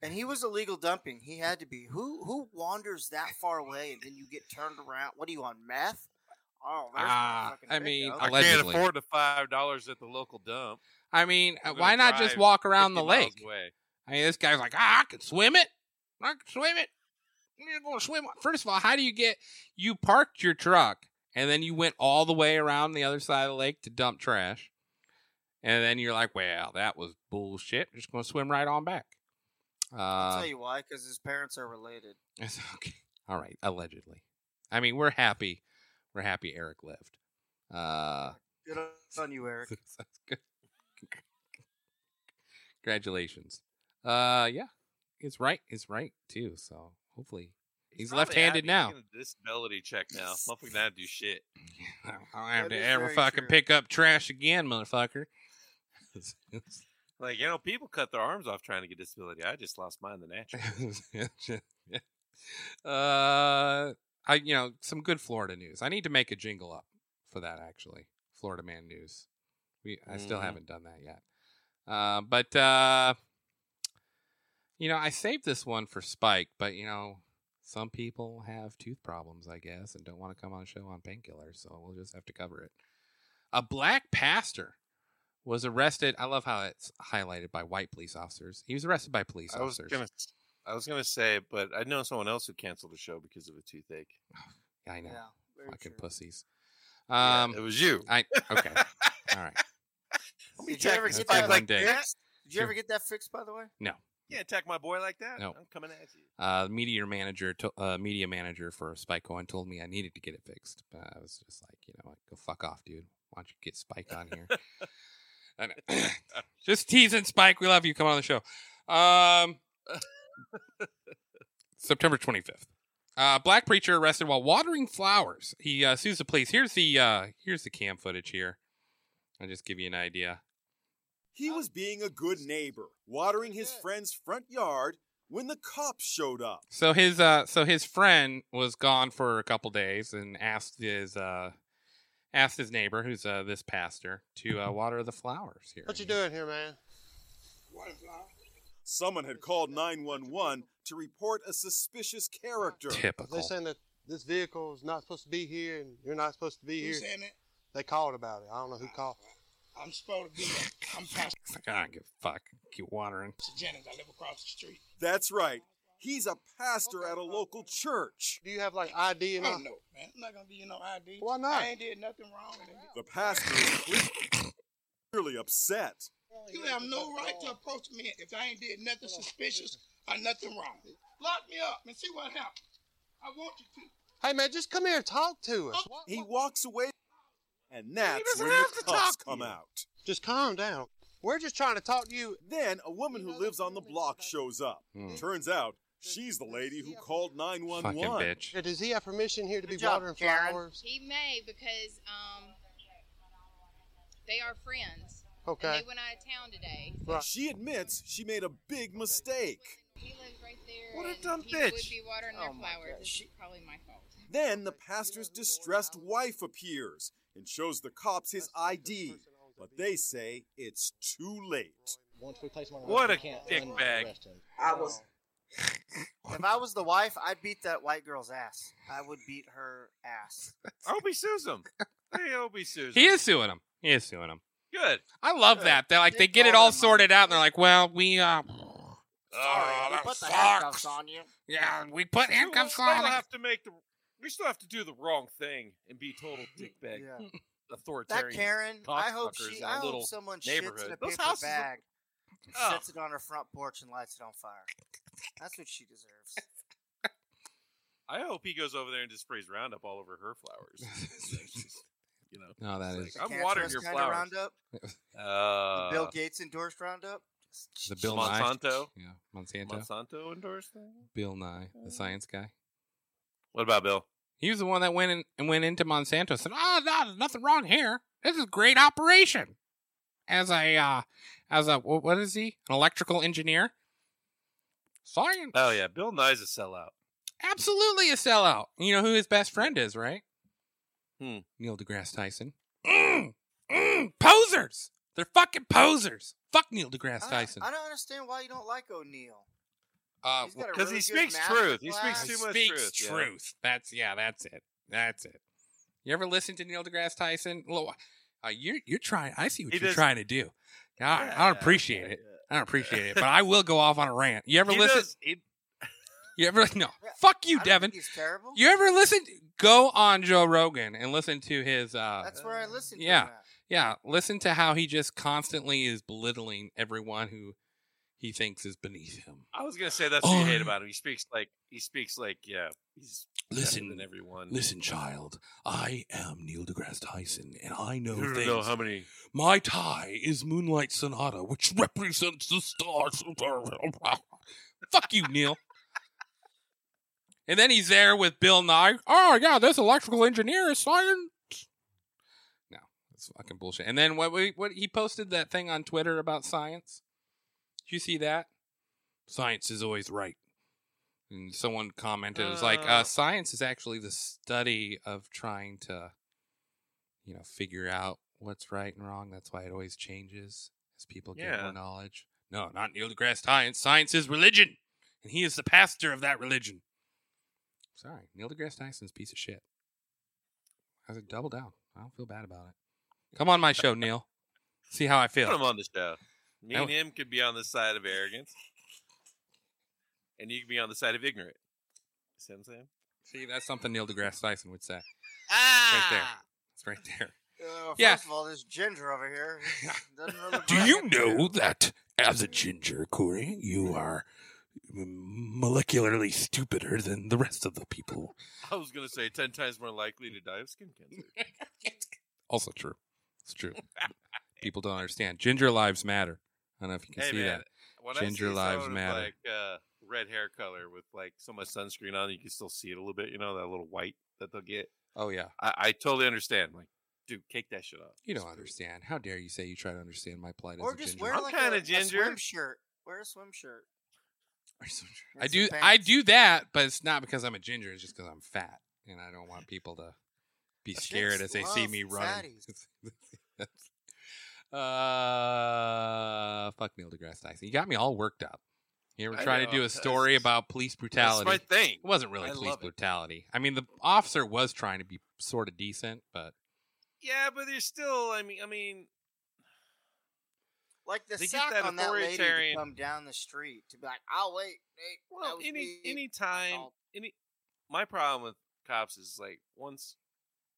And he was illegal dumping. He had to be. Who who wanders that far away and then you get turned around? What are you on meth? Oh, there's my Ah, fucking I mean, pickup. I like- Can't Allegedly. afford the five dollars at the local dump. I mean, uh, I'm gonna why not just drive walk around the 50 miles lake? away. I mean, this guy's like, ah, I can swim it. I can swim it. You're going to swim. First of all, how do you get? You parked your truck and then you went all the way around the other side of the lake to dump trash, and then you're like, well, that was bullshit. just going to swim right on back. I'll Uh, tell you why, because his parents are related. it's okay. All right. Allegedly, I mean, we're happy. We're happy Eric lived. Uh, Good on you, Eric. Sounds good. Congratulations. Uh, yeah, it's right. It's right too. So hopefully, He's probably left-handed happy. He's now. getting a disability check now. Motherfucker, not do shit. I don't have That to is ever very fucking true. pick up trash again, motherfucker. Like you know, people cut their arms off trying to get disability. I just lost mine the natural. uh, I you know some good Florida news. I need to make a jingle up for that actually. Florida man news. We I still Mhm. haven't done that yet. Uh, but uh, you know I saved this one for Spike, but you know some people have tooth problems, I guess, and don't want to come on a show on painkillers, so we'll just have to cover it. A black pastor was arrested. I love how it's highlighted by white police officers. He was arrested by police I was officers. gonna, I was gonna say, but I know someone else who canceled the show because of a toothache. I know. Yeah, very fucking true. pussies. Yeah, Um, it was you. I okay. All right. Did Jack you ever is get fine that one like day. text? Did you Sure. ever get that fixed, by the way? Yeah, attack my boy like that. No. I'm coming at you. Uh, the media manager, to, uh, media manager for Spike One told me I needed to get it fixed, but I was just like, you know, what, go fuck off, dude. Why don't you get Spike on here? I know. just teasing Spike. We love you. Come on the show. Um, September 25th. Uh, black preacher arrested while watering flowers. He uh, sues the police. Here's the uh, here's the cam footage here. I'll just give you an idea. Oh. He was being a good neighbor, watering his friend's front yard when the cops showed up. So his uh so his friend was gone for a couple days and asked his uh asked his neighbor who's uh this pastor to uh, water the flowers here. What you doing here, man? Someone had called 911 to report a suspicious character. They Typical. saying that this vehicle is not supposed to be here and you're not supposed to be here. Who's in it? They called about it. I don't know who called. I'm supposed to be. I'm Pastor It's like, I don't give a fuck. Keep watering. Jennings. I live across the street. That's right. He's a pastor at a local church. Do you have like ID and I all? don't know, man. I'm not gonna give you no ID. Why not? I ain't did nothing wrong. nigga. The pastor is clearly upset. You have no right to approach me if I ain't did nothing suspicious or nothing wrong. Lock me up and see what happens. I want you to. Hey man, just come here and talk to us. He walks away, and that's doesn't when the have to cops talk to come you. out. Just calm down. We're just trying to talk to you. Then a woman who lives on the block shows up. Hmm. Turns out she's the lady who called Fucking 911. bitch. Yeah, Uh, Does he have permission here to be Good job, watering Karen. flowers? He may because um, they are friends. Okay. And they went out of town today. Right. She admits she made a big mistake. He lives right there. What a and dumb he bitch. would be watering Oh their my flowers. God. It's She- probably my fault. Then the pastor's distressed wife appears and shows the cops his ID, but they say it's too late. Once we place him on What a dickbag. I was. if I was the wife, I'd beat that white girl's ass. I would beat her ass. I hope he sues him. Hey, I hope he sues him. He is suing him. He is suing him. good. I love that. They're like they get it all sorted out and they're like, well, we uh Sorry, we that put the sucks. handcuffs on you. yeah, we put handcuffs we still on. him. have to make the. We still have to do the wrong thing and be total dickbag Yeah. That authoritarian. Karen, I hope cocksuckers she, in a I hope little someone shits in neighborhood. a Those paper houses are- bag, Oh. sets it on her front porch, and lights it on fire. That's what she deserves. I hope he goes over there and just sprays Roundup all over her flowers. you know, No, Oh, that It's is like, I'm Cancerous watering your kinda flowers. Roundup, Uh, Bill Gates endorsed Roundup. the Bill Monsanto? Nye. Yeah, Monsanto. Monsanto endorsed that. Bill Nye, the science guy. What about Bill? He was the one that went in and went into Monsanto and said, "Oh, no, there's nothing wrong here. This is a great operation." As a uh, as a wh- what is he? An electrical engineer? Science. Oh yeah, Bill Nye's a sellout. Absolutely a sellout. You know who his best friend is, right? Hmm. Neil deGrasse Tyson. Mm, mm, posers. They're fucking posers. Fuck Neil I deGrasse don't- Tyson. I don't understand why you don't like O'Neill. Uh, He's got a because really he good speaks master truth. He speaks class. too much speaks truth, yeah. That's yeah. That's it. That's it. You ever listen to Neil deGrasse Tyson? Lo- Uh, you're you're trying. I see what He you're does- trying to do. I, I don't appreciate it. I don't appreciate it. But I will go off on a rant. You ever He listen? does- he- You ever no? Fuck I you, don't Devin. think He's terrible. You ever listen? Go on Joe Rogan and listen to his. uh That's where I listen. yeah. To him at. Yeah, listen to how he just constantly is belittling everyone who he thinks is beneath him. I was gonna say that's what you hate Oh. about him. He speaks like he speaks like yeah. He's better Listen, than everyone. Listen, child, I am Neil deGrasse Tyson, and I know You don't things. know how many. My tie is Moonlight Sonata, which represents the stars. Fuck you, Neil. And then he's there with Bill Nye. Oh yeah, this electrical engineer is science. No, that's fucking bullshit. And then what? we- What he posted that thing on Twitter about science. Did you see that? Science is always right. And someone commented, "It's like uh, Uh. science is actually the study of trying to, you know, figure out what's right and wrong. That's why it always changes as people get Yeah. more knowledge." No, not Neil deGrasse Tyson. Science is religion, and he is the pastor of that religion. Sorry, Neil deGrasse Tyson's a piece of shit. I said, double down. I don't feel bad about it. Come on my show, Neil. See how I Put him feel. on the show. Me That and w- him could be on the side of arrogance, and you could be on the side of ignorant. See what I'm saying? See, that's something Neil deGrasse Tyson would say. Right Ah. there. It's right there. Uh, first Yeah. of all, there's Ginger over here. Doesn't really Do brag. you know that As a ginger, Corey, you are molecularly stupider than the rest of the people. I was gonna say ten times more likely to die of skin cancer. Also true. It's true. people don't understand. Ginger lives matter. I don't know if you can Hey see man, that. when Ginger I see lives someone with, matter. Like uh, red hair color with like so much sunscreen on, you can still see it a little bit. You know that little white that they'll get. Oh yeah. I, I totally understand. Like, dude, cake that shit off. You don't Screw it. understand. How dare you say you try to understand my plight Or as a just ginger? wear I'm like kinda a, ginger. a swim shirt. Wear a swim shirt. I That's do the I facts. do that, but it's not because I'm a ginger. It's just because I'm fat, and I don't want people to be scared as they see love me running. fatties. uh, fuck Neil deGrasse Tyson. You got me all worked up. You ever I try to know, do a that's- story about police That's brutality? my thing. It wasn't really I police love it. brutality. I mean, the officer was trying to be sort of decent, but Yeah, but there's still. I mean, I mean, Like the They get sack that on that lady to authoritarian- come down the street to be like, "I'll wait." Hey, that well, was any me. any time, fault. any. My problem with cops is like once,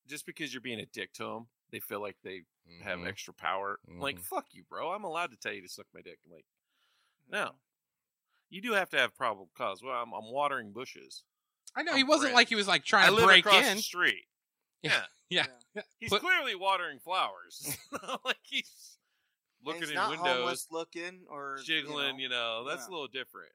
just because you're being a dick to them, they feel like they have Mhm. extra power. I'm Like, Mhm. fuck you, bro. I'm allowed to tell you to suck my dick. I'm like, Mm-hmm. no. You do have to have probable cause. Well, I'm, I'm watering bushes. I know I'm he wasn't Fred. like he was like trying I to live break across in. the street. Yeah. Yeah. Yeah. He's Put- clearly watering flowers. like he's And looking he's in not windows, homeless looking or you jiggling, know. you know, that's yeah. a little different.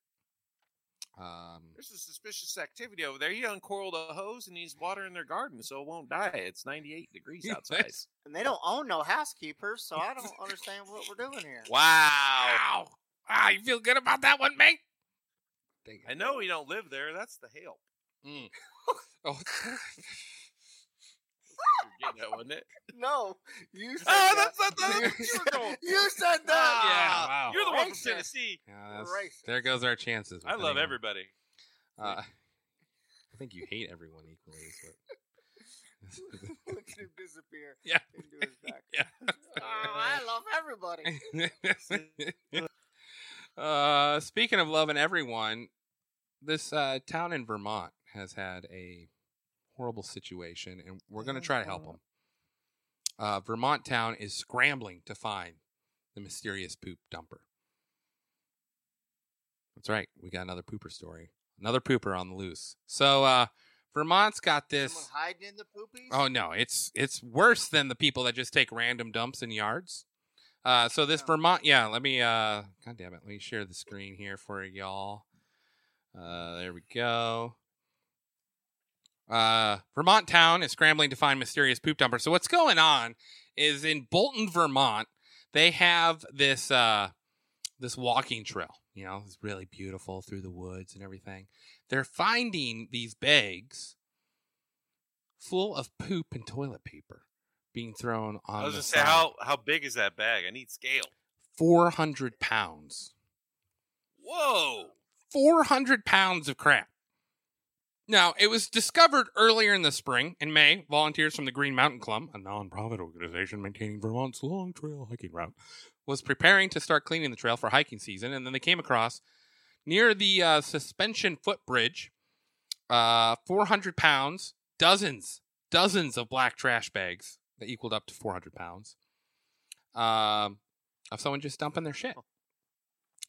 Um, There's a suspicious activity over there. He uncoiled a hose and he's watering their garden so it won't die. It's 98 degrees Yeah, outside. And they don't own no housekeepers, so I don't understand what we're doing here. wow. ah, you feel good about that one, mate? Dang it. I know we don't live there. That's the help. Mm. oh. You're getting that, wasn't it? No, you said Oh, that. that's not that's what you were going. you said that. Yeah, wow. Ah, You're the one from Racist. Tennessee. Yeah, that's- Racist. there goes our chances. with I love anyone. everybody. Uh, I think you hate everyone equally. Is what... Look at him disappear. Yeah. Into his back. Yeah. Oh, I love everybody. uh, speaking of loving everyone, this uh, town in Vermont has had a horrible situation, and we're going to try to help them. Uh, Vermont town is scrambling to find the mysterious poop dumper. That's right. We got another pooper story. Another pooper on the loose. So uh, Vermont's got Someone this. hiding in the poopies. Oh no, it's it's worse than the people that just take random dumps in yards. Uh, so this Oh. Vermont, yeah. Let me, uh, God damn it, let me share the screen here for y'all. Uh, there we go. Uh, Vermont town is scrambling to find mysterious poop dumper. So what's going on is in Bolton, Vermont, they have this uh this walking trail. You know, it's really beautiful through the woods and everything. They're finding these bags full of poop and toilet paper being thrown on I was the gonna say side. how how big is that bag? I need scale. 400 pounds. Whoa! 400 pounds of crap. Now, it was discovered earlier in the spring. In May, volunteers from the Green Mountain Club, a nonprofit organization maintaining Vermont's long trail hiking route, was preparing to start cleaning the trail for hiking season, and then they came across near the uh, suspension footbridge uh, 400 pounds, dozens, dozens of black trash bags that equaled up to 400 pounds um, of someone just dumping their shit.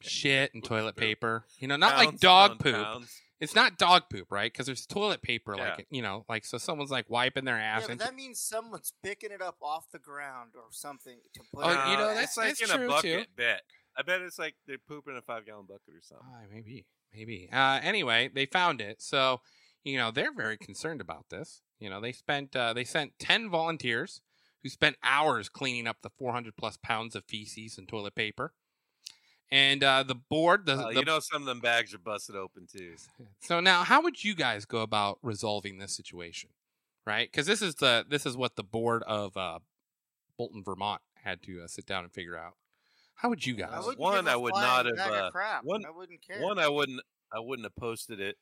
Shit and toilet paper. You know, not like Pounds dog upon poop. pounds. It's not dog poop, right? Because there's toilet paper, Yeah. like you know, like so someone's like wiping their yeah, ass. but and that means someone's picking it up off the ground or something to put. Oh, it you on know, their that's- ass. it's like that's in true, a too. bucket. Bet I bet it's like they're pooping in a five gallon bucket or something. Ah, maybe, maybe. Uh, anyway, they found it, so you know they're very concerned about this. You know, they spent uh, they sent ten volunteers who spent hours cleaning up the 400 plus pounds of feces and toilet paper, and uh, the board, the, Uh, the you know, some of them bags are busted open too. So now, how would you guys go about resolving this situation, right? Because this is the this is what the board of uh, Bolton, Vermont, had to uh, sit down and figure out. How would you guys? I wouldn't One, give a I would flying not have, bag of uh, crap. one- I wouldn't care. One, I wouldn't, I wouldn't have posted it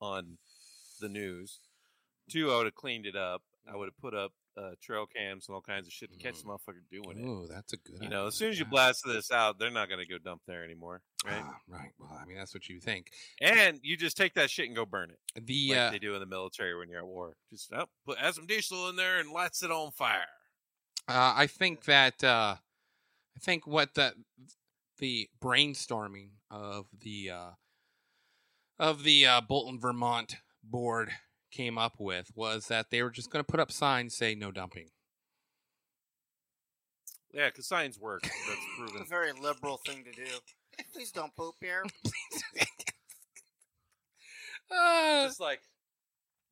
on the news. Two, I would have cleaned it up. Mm. I would have put up uh, trail cams and all kinds of shit to catch Mhm. the motherfucker doing it. Ooh, that's a good. You idea. know, as soon as you yeah. blast this out, they're not going to go dump there anymore, right? Ah, right. Well, I mean, that's what you think. and you just take that shit and go burn it, The like uh, they do in the military when you're at war. Just oh, put add some diesel in there and lights it on fire. Uh, I think that uh, I think what the the brainstorming of the uh, of the uh, Bolton, Vermont board came up with was that they were just going to put up signs saying no dumping. Yeah, because signs work. That's It's proven. a very liberal thing to do. Please don't poop here. Uh, Just like,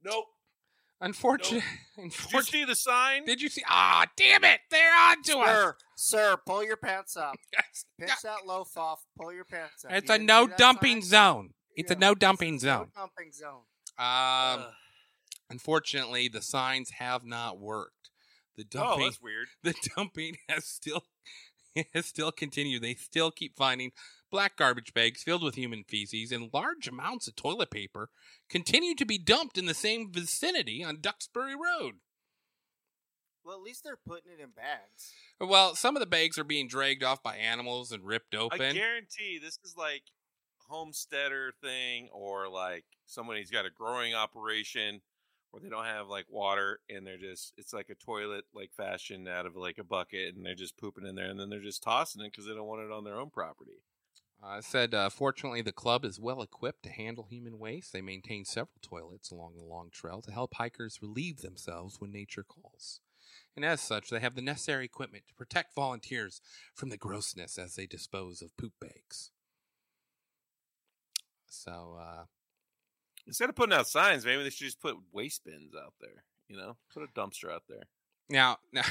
nope. unfortunate. Did you unfortunate. see the sign? Did you see? Ah, damn it! They're on to us. Sir, sir, pull your pants up. Yes. Pinch that loaf off. Pull your pants up. It's You a didn't no see that dumping sign? zone. It's a Yeah. no dumping It's a no zone. dumping zone. Um, Ugh. Oh, unfortunately, the signs have not worked. The oh, dumping, that's weird. the dumping has still has still continued. They still keep finding black garbage bags filled with human feces and large amounts of toilet paper continue to be dumped in the same vicinity on Duxbury Road. Well, at least they're putting it in bags. Well, some of the bags are being dragged off by animals and ripped I open. guarantee this is like homesteader thing or like somebody's got a growing operation where they don't have like water and they're just it's like a toilet like fashioned out of like a bucket and they're just pooping in there and then they're just tossing it because they don't want it on their own property. I said, uh, fortunately, the club is well equipped to handle human waste. They maintain several toilets along the long trail to help hikers relieve themselves when nature calls. And as such, they have the necessary equipment to protect volunteers from the grossness as they dispose of poop bags. So, uh, Instead of putting out signs, maybe they should just put waste bins out there. You know, put a dumpster out there. Now, now,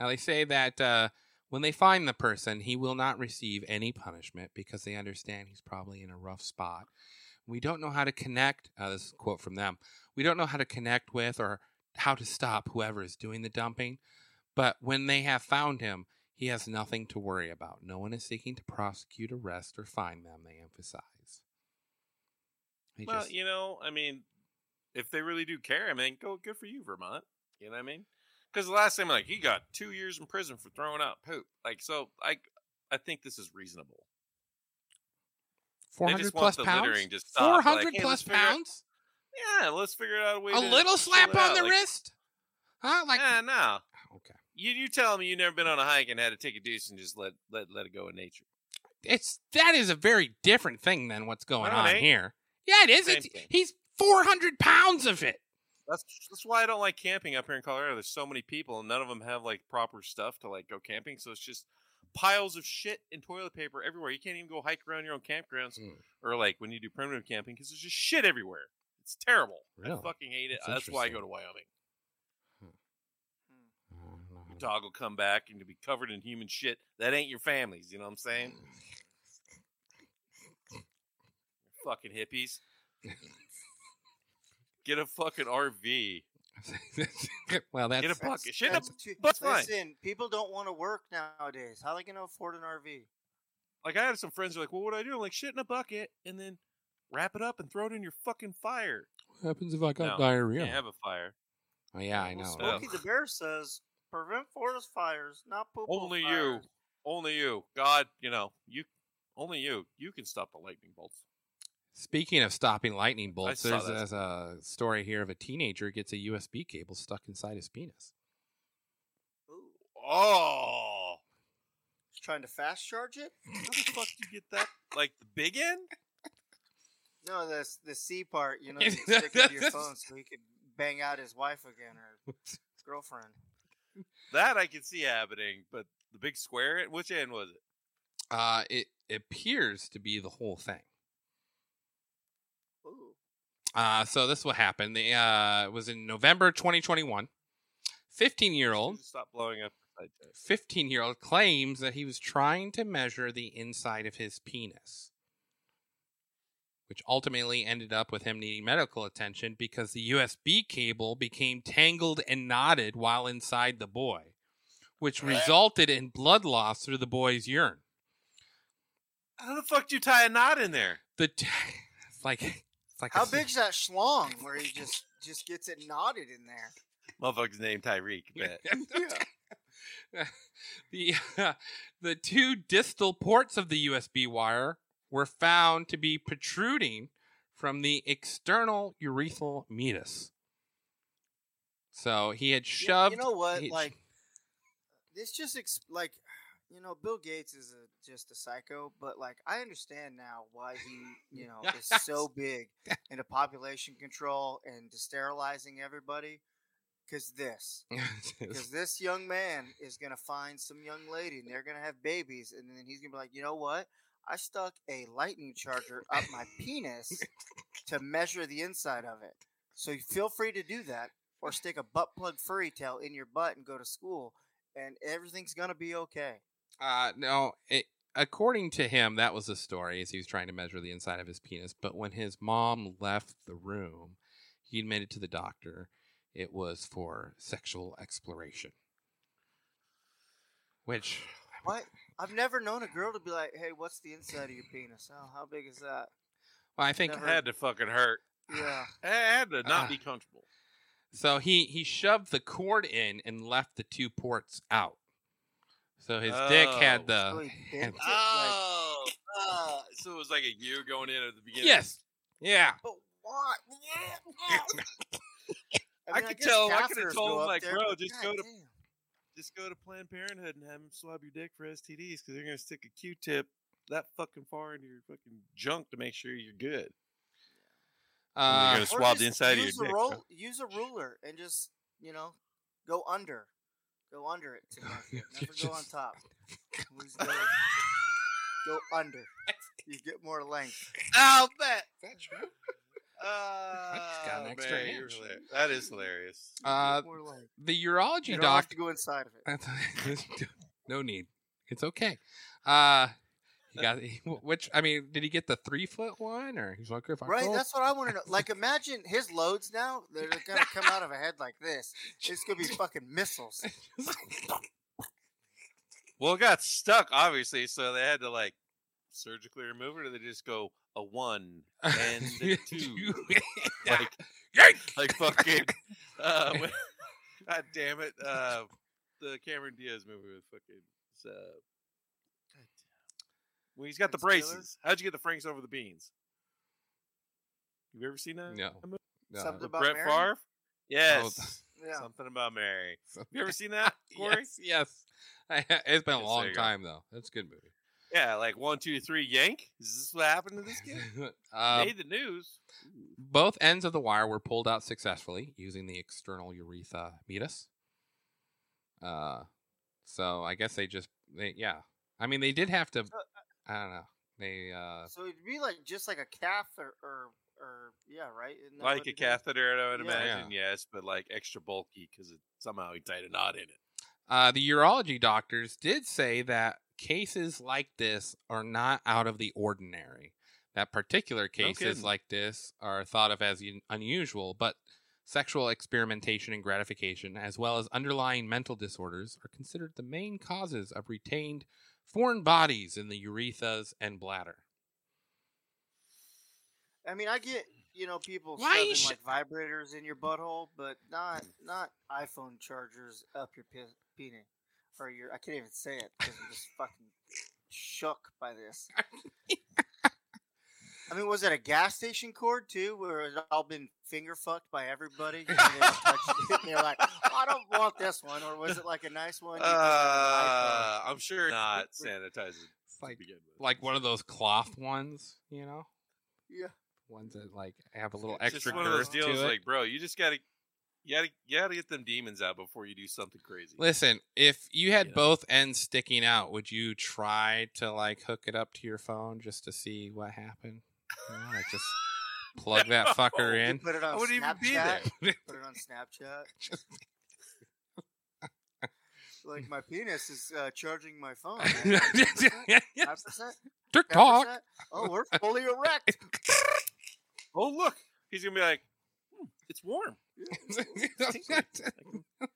now they say that uh, when they find the person, he will not receive any punishment because they understand he's probably in a rough spot. We don't know how to connect. Uh, this is a quote from them. We don't know how to connect with or how to stop whoever is doing the dumping. But when they have found him, he has nothing to worry about. No one is seeking to prosecute, arrest, or find them. They emphasize. They well, just- you know, I mean, if they really do care, I mean, go good for you, Vermont. You know what I mean? Because the last time, like, he got two years in prison for throwing out poop. Like, so I, I think this is reasonable. four they hundred just plus want the pounds. littering to stop, Four like, hundred hey, plus let's figure out- pounds. Yeah, let's figure out a way. a to little chill slap it on out. the Like, wrist huh like eh, no, okay you you tell me you never been on a hike and had to take a deuce and just let let let it go in nature. it's that is a very different thing than what's going No, it on ain't. here yeah it is Same it's, thing. he's 400 pounds of it That's that's why I don't like camping up here in Colorado. There's so many people, and none of them have like proper stuff to like go camping. So it's just piles of shit and toilet paper everywhere. You can't even go hike around your own campgrounds Hmm. or like when you do primitive camping because there's just shit everywhere. It's terrible. I Really? fucking hate it. Oh, That's That's why I go interesting. to Wyoming. Hmm. Your dog will come back and you'll be covered in human shit that ain't your family's. You know what I'm saying? fucking hippies. Get a fucking RV. well that's Get a bucket. Shit in a That's- butt's fine. Listen, people don't want to work nowadays. How are they going to afford an RV? like I had some friends who were like, "Well, what do I do?" I'm like, "Shit in a bucket and then wrap it up and throw it in your fucking fire." what happens if i got No, diarrhea Can't have a fire. oh yeah i Well, know so- Smokey the Bear says, prevent forest fires, not poop on Only you, fires." only you. God, you know you. Only you. You can stop the lightning bolts. speaking of stopping lightning bolts saw there's, that. there's a story here of a teenager gets a usb cable stuck inside his penis Ooh, Oh, he's trying to fast charge it? how the fuck did you get that? Like the big end? No, the the C part, you know, you can stick it to your phone so he can bang out his wife again or his girlfriend. That I can see happening, but the big square. end? Which end was it? uh it appears to be the whole thing Ooh. Uh, so this is what happened. The, uh, it was in November 2021. 15 year old, Stop blowing up. I- I- 15 year old claims that he was trying to measure the inside of his penis, which ultimately ended up with him needing medical attention because the USB cable became tangled and knotted while inside the boy, which resulted in blood loss through the boy's urine. How the fuck do you tie a knot in there? The t- it's like it's like a How s- big's that schlong where he just just gets it knotted in there? Motherfucker's name Tyreek. Bet. the the two distal ports of the USB wire were found to be protruding from the external urethral meatus. So he had You- shoved. You know what? he- Like this just ex- like you know, Bill Gates is a, just a psycho, but like I understand now why he, you know, is so big into population control and to sterilizing everybody. Cause this, because this young man is gonna find some young lady and they're gonna have babies, and then he's gonna be like, you know what? I stuck a lightning charger up my penis to measure the inside of it. So you feel free to do that, or stick a butt plug furry tail in your butt and go to school, and everything's gonna be okay. Uh, no, it, according to him, that was the story as he was trying to measure the inside of his penis. But when his mom left the room, he admitted to the doctor it was for sexual exploration. Which, What? I've never known a girl to be like, "Hey, what's the inside of your penis? Oh, how big is that?" well, I think Never- It had to fucking hurt. Yeah. It had to not Ah. be comfortable. so. He he shoved the cord in and left the two ports out. So his dick had Oh. So the he bent it, like- Oh, ah, so it was like a U going in at the beginning. yes, yeah. but why? I mean, could guess tell- I staffers could've go told him, up like, there, bro, but just go to- goddamn. Just go to Planned Parenthood and have them swab your dick for STDs because they're gonna stick a Q-tip that fucking far into your fucking junk to make sure you're good. Uh, You're gonna Or swab just the inside of your use a dick. roll- bro. Use a ruler and just you know go under, go under it. To measure it. Never go on Just- top. Always go, go under. You get more length. I'll bet. Is that true? just got an Oh, extra man, you're inch. hilarious. That is hilarious. uh, More length. the You urology don't have doctor. to go inside of it. no need. It's okay. Uh he got which I mean, did he get the three foot one or he's like if I Right, go- that's what I want to know. Like, imagine his loads now. They're gonna come out of a head like this. It's gonna be fucking missiles. Well, it got stuck, obviously, so they had to like surgically remove it, or they just go a one and a two, like like fucking. Uh, what- God damn it! Uh, the Cameron Diaz movie with fucking. Uh, God damn. well, he's got the Frank braces. Taylor? How'd you get the Franks over the beans? You ever seen that? No. that movie? No. Something- With About Brett Mary? Favre. Oh, Yes. Yeah. Something about Mary. Something- You ever seen that, Corey? Yes, yes. I, it's been a Yes, there long you go. time though. That's a good movie. Yeah, like one, two, three, yank. Is this what happened to this kid? um, Made the news. both ends of the wire were pulled out successfully using the external urethra meatus. Uh, so I guess they just they yeah. I mean, they did have to. I don't know. They uh, So it'd be like just like a calf or or, or yeah, right? Isn't that Like what a it is? catheter, I would Yeah. imagine, yes, but like extra bulky because somehow he tied a knot in it. Uh, the urology doctors did say that cases like this are not out of the ordinary. That particular cases kidding. like this are thought of as un- unusual, but sexual experimentation and gratification, as well as underlying mental disorders, are considered the main causes of retained foreign bodies in the urethras and bladder. I mean, I get you know people Why you shoving like vibrators in your butthole, but not not iPhone chargers up your pe- penis or your. I can't even say it because I'm just fucking shook by this. I mean, was it a gas station cord too, where it all been finger fucked by everybody? And they, touched it and they're like, "Oh, "I don't want this one," or was it like a nice one? you just got an Uh, I'm sure not sanitized It's to like begin with. like one of those cloth ones, you know, Yeah. ones that like have a little It's extra just one of those girth to deals. it. Like, bro, you just gotta, you gotta, you gotta get them demons out before you do something crazy. Listen, if you had Yeah. both ends sticking out, would you try to like hook it up to your phone just to see what happened? You know, like just plug that fucker iPhone. You in. put it on I wouldn't even Snapchat. be there. Put it on Snapchat. Like my penis is uh, charging my phone. man. Five percent? Ten TikTok. percent? Oh, we're fully erect. Oh look, he's gonna be like, hmm, it's warm.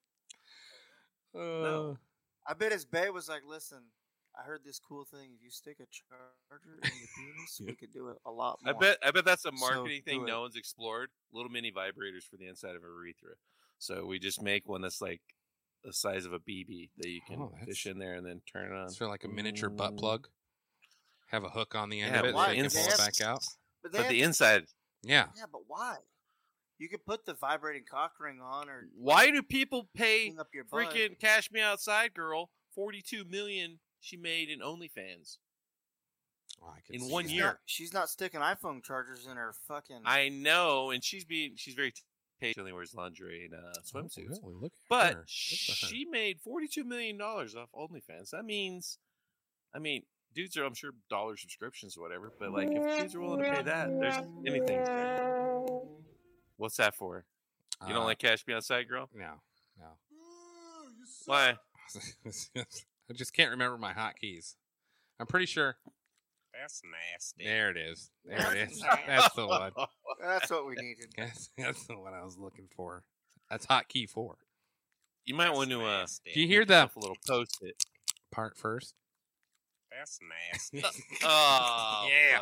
Uh, I bet his bae was like, "Listen, I heard this cool thing. If you stick a charger in your penis, we could do it a lot I more." bet I bet that's a So marketing thing do it. no one's explored. Little mini vibrators for the inside of a urethra. So we just make one that's like the size of a BB that you can Oh, that's- fish in there and then turn it on. Mm. it's for like a miniature butt Mm. plug. Have a hook on the end Yeah, of it so why? they can They pull it have- back out. But, they But the have- inside. Yeah. yeah, but why? You could put the vibrating cock ring on or Why do people pay hang up your butt. freaking Cash Me Outside Girl forty two million she made in OnlyFans. Oh, I In see one that. year. Not- she's not sticking iPhone chargers in her Hmm. fucking. I know, and she's being she's very patient. Only wears lingerie and uh, Oh, swimsuits. really? Look at But her. Good for her. she made forty-two million dollars off OnlyFans. That means, I mean, dudes are I'm sure dollar subscriptions or whatever. But like, if dudes are willing to pay that, there's anything. What's that for? You don't Uh, like Cash Me Outside, girl? No, no. Why? I just can't remember my hotkeys. I'm pretty sure. That's nasty. There it is. There it is. That's the one. That's what we needed. That's, that's the one I was looking for. That's hotkey four. You might want to. Uh, Nasty. Do you hear make yourself the a little post it? part first? That's nasty. Oh, yeah.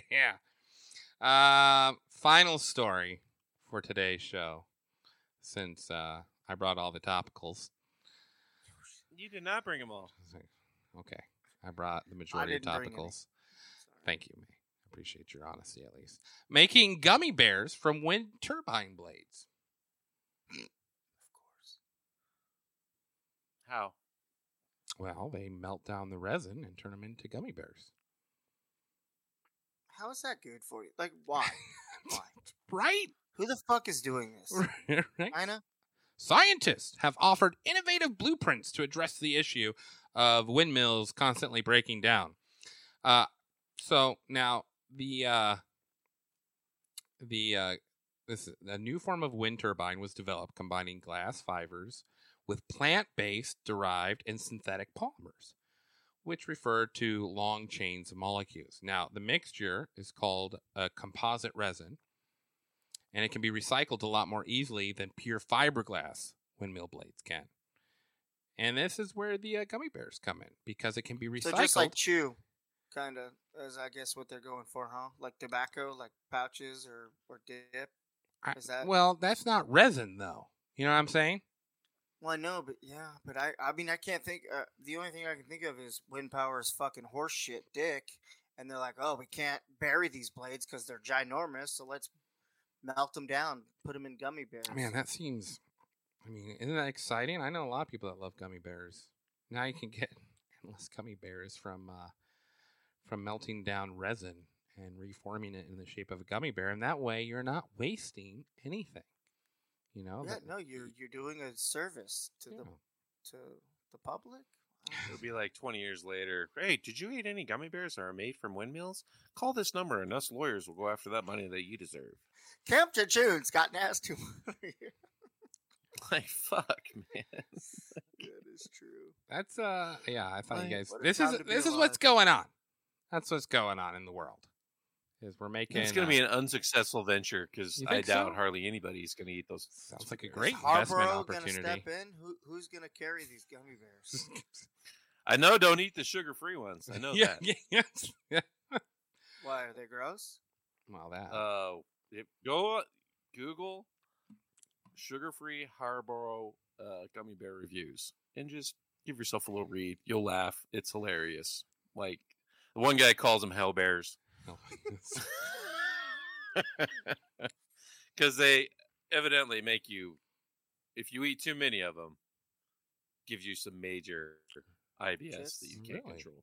fuck. Yeah. Um, final story for today's show, since uh, I brought all the topicals. You did not bring them all. Okay, I brought the majority of didn't bring any. topicals. Thank you, May. I appreciate your honesty at least. Making gummy bears from wind turbine blades. How? Well, they melt down the resin and turn them into gummy bears. How is that good for you? Like, why? why? Right? Who the fuck is doing this? right? China? Scientists have offered innovative blueprints to address the issue of windmills constantly breaking down. Uh, so now the uh, the uh, this a new form of wind turbine was developed combining glass fibers with plant-based derived and synthetic polymers, which refer to long chains of molecules. Now the mixture is called a composite resin, and it can be recycled a lot more easily than pure fiberglass windmill blades can. And this is where the uh, gummy bears come in because it can be recycled. So just like chew, kind of, is I guess what they're going for, huh? Like tobacco, like pouches or or dip. I- is that- well, that's not resin though. You know what I'm saying? Well, I know, but yeah, but I, I mean, I can't think. Uh, the only thing I can think of is wind power is fucking horseshit, dick. And they're like, oh, we can't bury these blades because they're ginormous, so let's melt them down, put them in gummy bears. Man, that seems. I mean, isn't that exciting? I know a lot of people that love gummy bears. Now you can get endless gummy bears from uh, from melting down resin and reforming it in the shape of a gummy bear, and that way you're not wasting anything. You know, yeah, that- no, you're you're doing a service to yeah. the to the public. It'll be like 20 years later. Hey, did you eat any gummy bears that are made from windmills? Call this number, and us lawyers will go after that money that you deserve. Camp to June's got nasty. Like, fuck, man. that is true. That's uh yeah, I thought you Like, guys what a this time is to be this is what's alive. going on. That's what's going on in the world. Is we're making It's going uh, to be an unsuccessful venture because You I think doubt so? hardly anybody's going to eat those. sounds like a great investment Harborough gonna opportunity. step in? Who, who's gonna carry these gummy bears? I know, don't eat the sugar free ones. I know yeah, that. yeah, yes, yeah. Why are they gross? Well that Uh, if, go on- Google sugar free Harborough uh, gummy bear reviews and just give yourself a little read. You'll laugh. It's hilarious. Like, the one guy calls them hell bears. no. because they evidently make you if you eat too many of them gives you some major ibs that you can't Really? control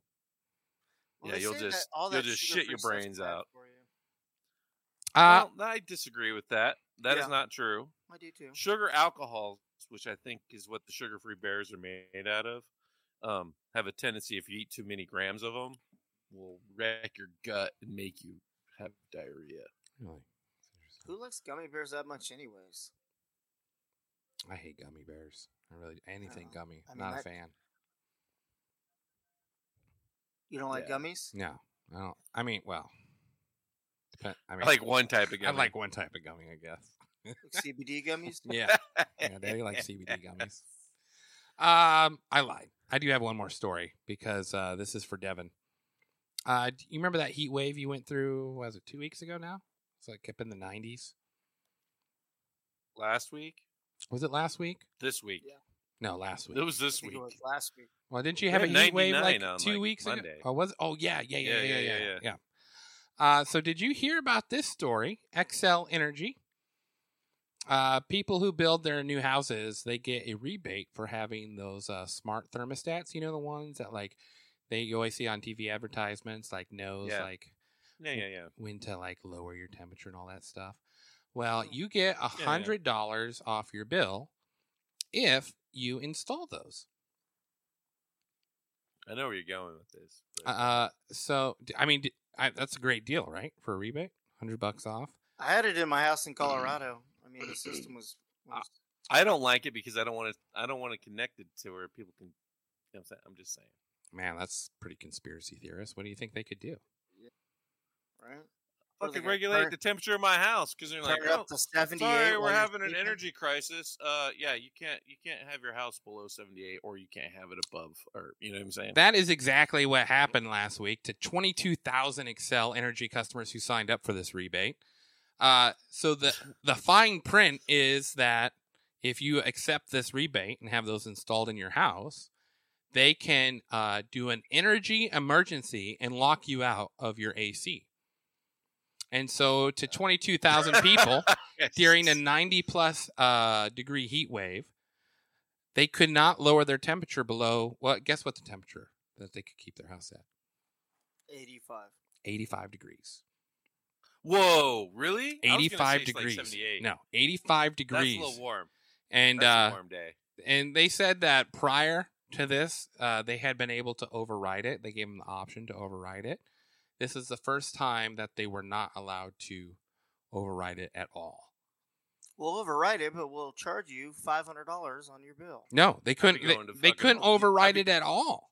Well, Yeah, they you'll say that just- all you'll that just sugar-free shit your stuff's brains bad out. for you. uh well, i disagree with that That is Yeah. not true I do too. sugar alcohols which i think is what the sugar-free bears are made out of um, have a tendency if you eat too many grams of them will wreck your gut and make you have diarrhea really. Who likes gummy bears that much, anyways? I hate gummy bears. I really anything Oh, gummy. I mean, not a that- fan. You don't like Yeah. gummies? No. I don't I mean, well. Depend, I I mean like one type of I gummy. like one type of gummy, I guess. Like CBD gummies? Yeah. yeah, they like CBD gummies. Um, I lied. I do have one more story because uh, this is for Devin. Uh, do you remember that heat wave you went through? Was it two weeks ago now? It's like up in the nineties. last week Was it last week? this week Yeah. No, last week. it was I this think week it was last week. Well, didn't you We have a had heat wave 99 like on, two like, weeks Monday. ago? Oh, was it? Oh, yeah, yeah, yeah, yeah, yeah, yeah, yeah. Uh, so, did you hear about this story? XL Energy. Uh, people who build their new houses, they get a rebate for having those uh, smart thermostats. You know the ones that like They you always see on TV advertisements like nose, Yeah. like Yeah, yeah, yeah. when to like lower your temperature and all that stuff. Well, Oh. you get a hundred dollars off your bill if you install those. I know where you're going with this. but- Uh, so d- I mean, d I that's a great deal, right? For a rebate, hundred bucks off. I had it in my house in Colorado. I mean, the system was. Ah. was I don't like it because I don't want to. I don't want to connect it to where people can. You know what I'm, saying? I'm just saying. Man, that's pretty conspiracy theorist. What do you think they could do? right? What are they Fucking gonna regulate turn- the temperature of my house because they're like, turn it up "Oh, to 78 sorry, we're while you're having an sleeping?" energy crisis. Uh, yeah, you can't. You can't have your house below 78, or you can't have it above, or you know what I'm saying. That is exactly what happened last week to 22,000 Excel Energy customers who signed up for this rebate. Uh, so the the fine print is that if you accept this rebate and have those installed in your house, they can uh, do an energy emergency and lock you out of your AC. And so to 22,000 people during a 90 plus uh, degree heat wave, they could not lower their temperature below, well, guess what the temperature that they could keep their house at? 85. 85 degrees. Whoa, really? I was gonna say 85 it's like degrees. 78. no, 85 degrees. That's a little warm. And That's uh, a warm day. and they said that prior to this, uh, they had been able to override it. They gave them the option to override it. This is the first time that they were not allowed to override it at all. We'll override it, but we'll charge you $500 on your bill. No, they I'd be couldn't. They, going to they fucking couldn't Home Depot. override I'd it be- at all.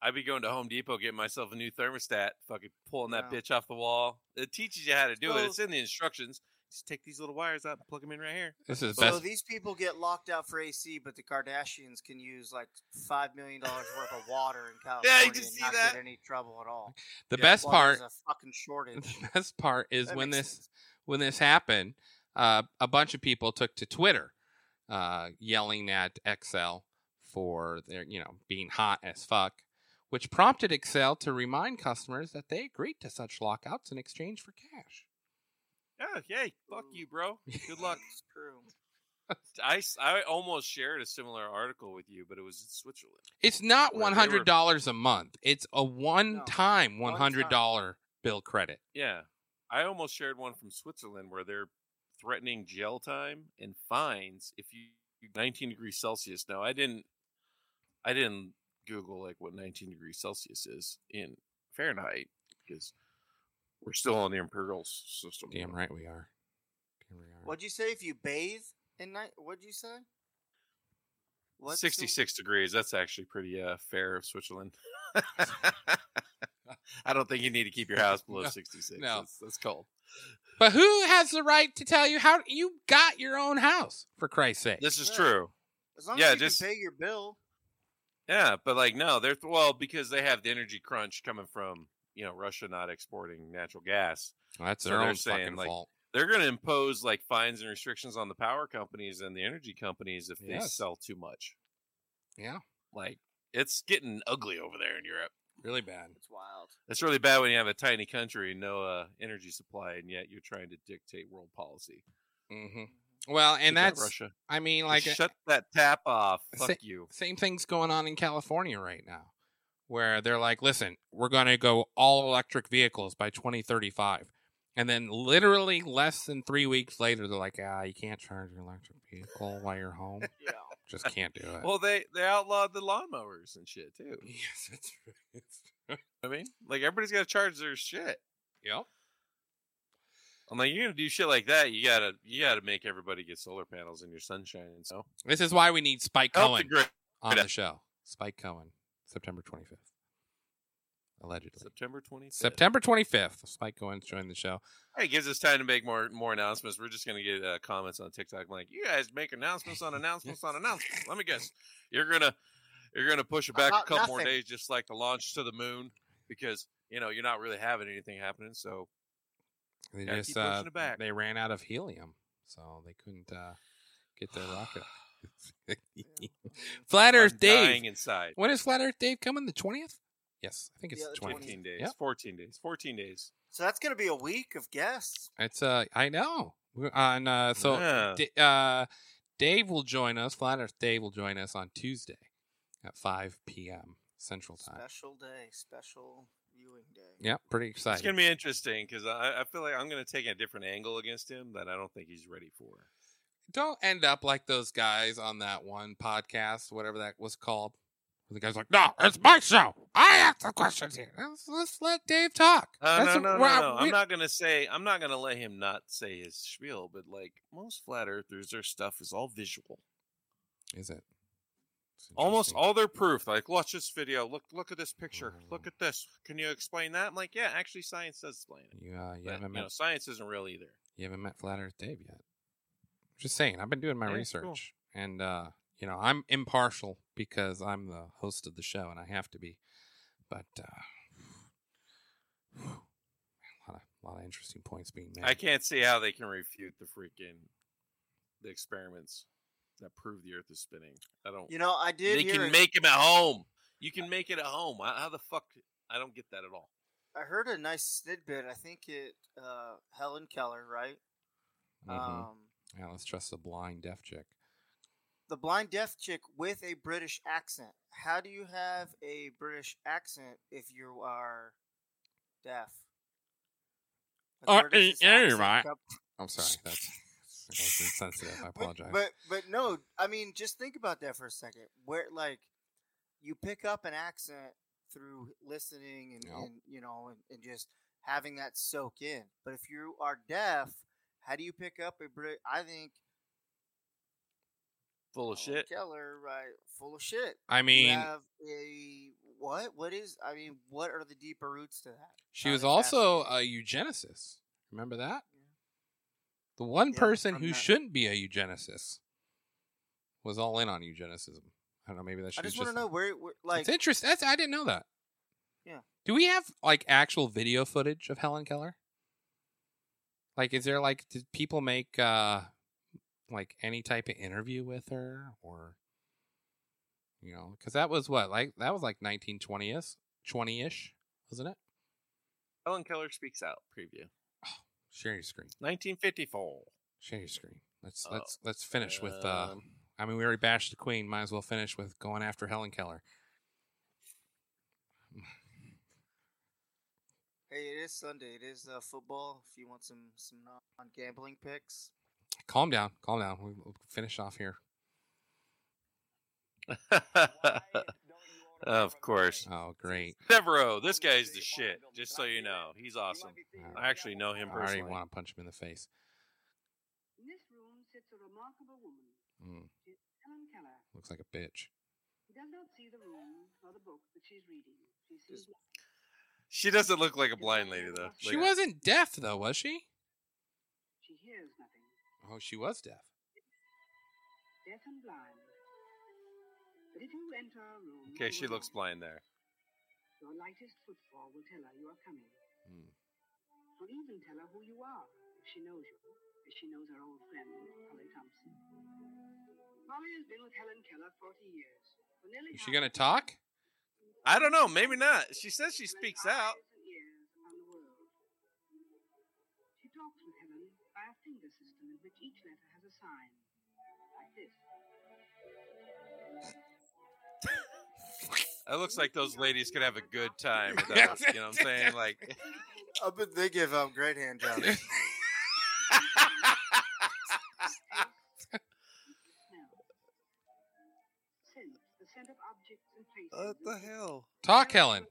I'd be going to Home Depot getting myself a new thermostat, fucking pulling that Wow. bitch off the wall. It teaches you how to do it. So- It's in the instructions. Just take these little wires out and plug them in right here. This is the So best. these people get locked out for AC, but the Kardashians can use like five million dollars worth of water in California Yeah, you and just see not that? get any trouble at all. The best While there's part. a fucking shortage. The best part is That when this makes sense. when this happened, uh, a bunch of people took to Twitter, uh, yelling at Excel for their you know being hot as fuck, which prompted Excel to remind customers that they agreed to such lockouts in exchange for cash. Oh, yay. Fuck you, bro. Good luck. It's true. I, s- I almost shared a similar article with you, but it was in Switzerland. It's not Or they were- one hundred dollars a month. It's a one-time one one time. hundred dollar bill credit. Yeah. I almost shared one from Switzerland where they're threatening jail time and fines if you 19 degrees Celsius. Now, I didn't I didn't Google like what 19 degrees Celsius is in Fahrenheit because we're still on the imperial s- system. Damn right we are. Damn right we are. What'd you say if you bathe in night? What'd you say? What's the- 66 degrees. That's actually pretty uh, fair of Switzerland. I don't think you need to keep your house below No, 66. no. That's, that's cold. But who has the right to tell you how you got your own house? For Christ's sake. This is Yeah. true. As long yeah, as you just- can pay your bill. Yeah, but like no, they're well because they have the energy crunch coming from you know Russia not exporting natural gas. Well, that's So their they're own saying, fucking like, fault. They're going to impose like fines and restrictions on the power companies and the energy companies if they Yes. sell too much. Yeah. Like it's getting ugly over there in Europe. Really bad. It's wild. It's really bad when you have a tiny country and no uh, energy supply, and yet you're trying to dictate world policy. hmm Well, and Good job, that's Russia. I mean, Like uh, like shut that tap off. Sa- Fuck you. same thing's going on in California right now, where they're like, "Listen, we're going to go all electric vehicles by 2035," and then literally less than three weeks later, they're like, "Ah, you can't charge your electric vehicle while you're home. Yeah. Just can't do it." Well, they they outlawed the lawnmowers and shit too. yes, that's right. That's right. I mean, like everybody's got to charge their shit. Yep. I'm like, you're gonna do shit like that. You gotta, you gotta make everybody get solar panels in your sunshine. And so, This is why we need Spike help the Cohen grid. on the show. Spike Cohen, September 25th, allegedly. September 25th. September 25th, Spike Cohen joined the show. Hey, it gives us time to make more more announcements. We're just gonna get uh, comments on TikTok. I'm like, you guys make announcements on announcements on announcements. Let me guess, you're gonna, you're gonna push it back a About couple more nothing. days, just like the launch to the moon, because you know you're not really having anything happening. So They Gotta just keep pushing uh, it back. they ran out of helium, so they couldn't uh, get their rocket. up. Flat Earth I'm Dave. dying inside. When is Flat Earth Dave coming? The twentieth? Yes, I think it's Yeah, the the 20th. twentieth. 15 days, Yep. 14 days, 14 days. So that's gonna be a week of guests. It's uh, I know. We're on uh, so Yeah. D- uh, Dave will join us. Flat Earth Dave will join us on Tuesday at five p.m. Central Time. Special day, special viewing day. Yeah, pretty It's exciting. gonna be interesting because I, I feel like I'm gonna take a different angle against him that I don't think he's ready for. Don't end up like those guys on that one podcast, whatever that was called. The guy's like, "No, it's my show. I ask the questions here. Let's, let's let Dave talk." Uh, That's no, a- no, no, we're- no. we- I'm not gonna say. I'm not gonna let him not say his spiel. But like most flat earthers, their stuff is all visual. Is it? Almost all their proof. Like, watch this video. Look, look at this picture. Mm. Look at this. Can you explain that? I'm like, yeah, actually, science does explain it. You, uh, you But, haven't you met know, science isn't real either. you haven't met Flat Earth Dave yet. Just saying, I've been doing my Yeah, it's research, cool. and uh, you know, I'm impartial because I'm the host of the show, and I have to be. But uh, a lot of lot of interesting points being made. I can't see how they can refute the freaking the experiments that prove the Earth is spinning. I don't. You know, I did They hear can it- make them at home. You can make it at home. How how the fuck? I don't get that at all. I heard a nice snippet. I think it uh, Helen Keller, right? Mhm. Um, yeah, let's trust the blind deaf chick. the blind deaf chick with a British accent. How do you have a British accent if you are deaf? Like, where does this accent come- I'm sorry, that's that was insensitive. I apologize. But but no, I mean just think about that for a second. Where like you pick up an accent through listening and, Yep. and you know and, and just having that soak in. But if you are deaf, how do you pick up a Brit? I think uh, Full Oh, of shit. Keller, right? Full of shit. I you mean- have a what? What is? I mean, what are the deeper roots to that? she was also uh, a eugenicist. Remember that? The one person I'm who not- shouldn't be a eugenicist was all in on eugenicism. I don't know. Maybe that I should just just want to know where, where, like, it's interesting. That's, I didn't know that. Yeah. Do we have like actual video footage of Helen Keller? Like, is there like did people make uh like any type of interview with her or you know because that was what like that was like 1920s 20 ish wasn't it? Helen Keller speaks out. Preview. Share your screen. 1954. Share your screen. Let's Oh, let's let's finish with. uh um, I mean, we already bashed the Queen. Might as well finish with going after Helen Keller. hey, it is Sunday. It is uh, football. If you want some some non gambling picks, Calm down. Calm down. We- We'll finish off here. of course. Oh, great. Severo, this guy is the shit. Just so you know, he's awesome. I actually know him I already personally. want to punch him in the face. In this room sits a remarkable woman, Mm, Helen Keller. looks like a bitch. He does not see the room or the book that she's reading. She sees She doesn't look like a blind lady though. She Like- wasn't deaf though, was she? She hears nothing. Oh, she was deaf. Deaf and blind. But if you enter a room, Okay, you she will looks know. blind there. Your lightest footfall will tell her you are coming. Hmm. Will even tell her who you are if she knows you, as she knows her old friend, Polly Thompson. Polly has been with Helen Keller 40 years. For nearly Is she gonna talk? I don't know. Maybe not. She says she speaks out. She talks with Helen by a finger system in which each letter has a sign. Like this. It looks like those ladies could have a good time. With that. you know what I'm saying? Like, I bet they give out great hand jobs. Sense the scent of objects and places. what the hell? Talk, Helen.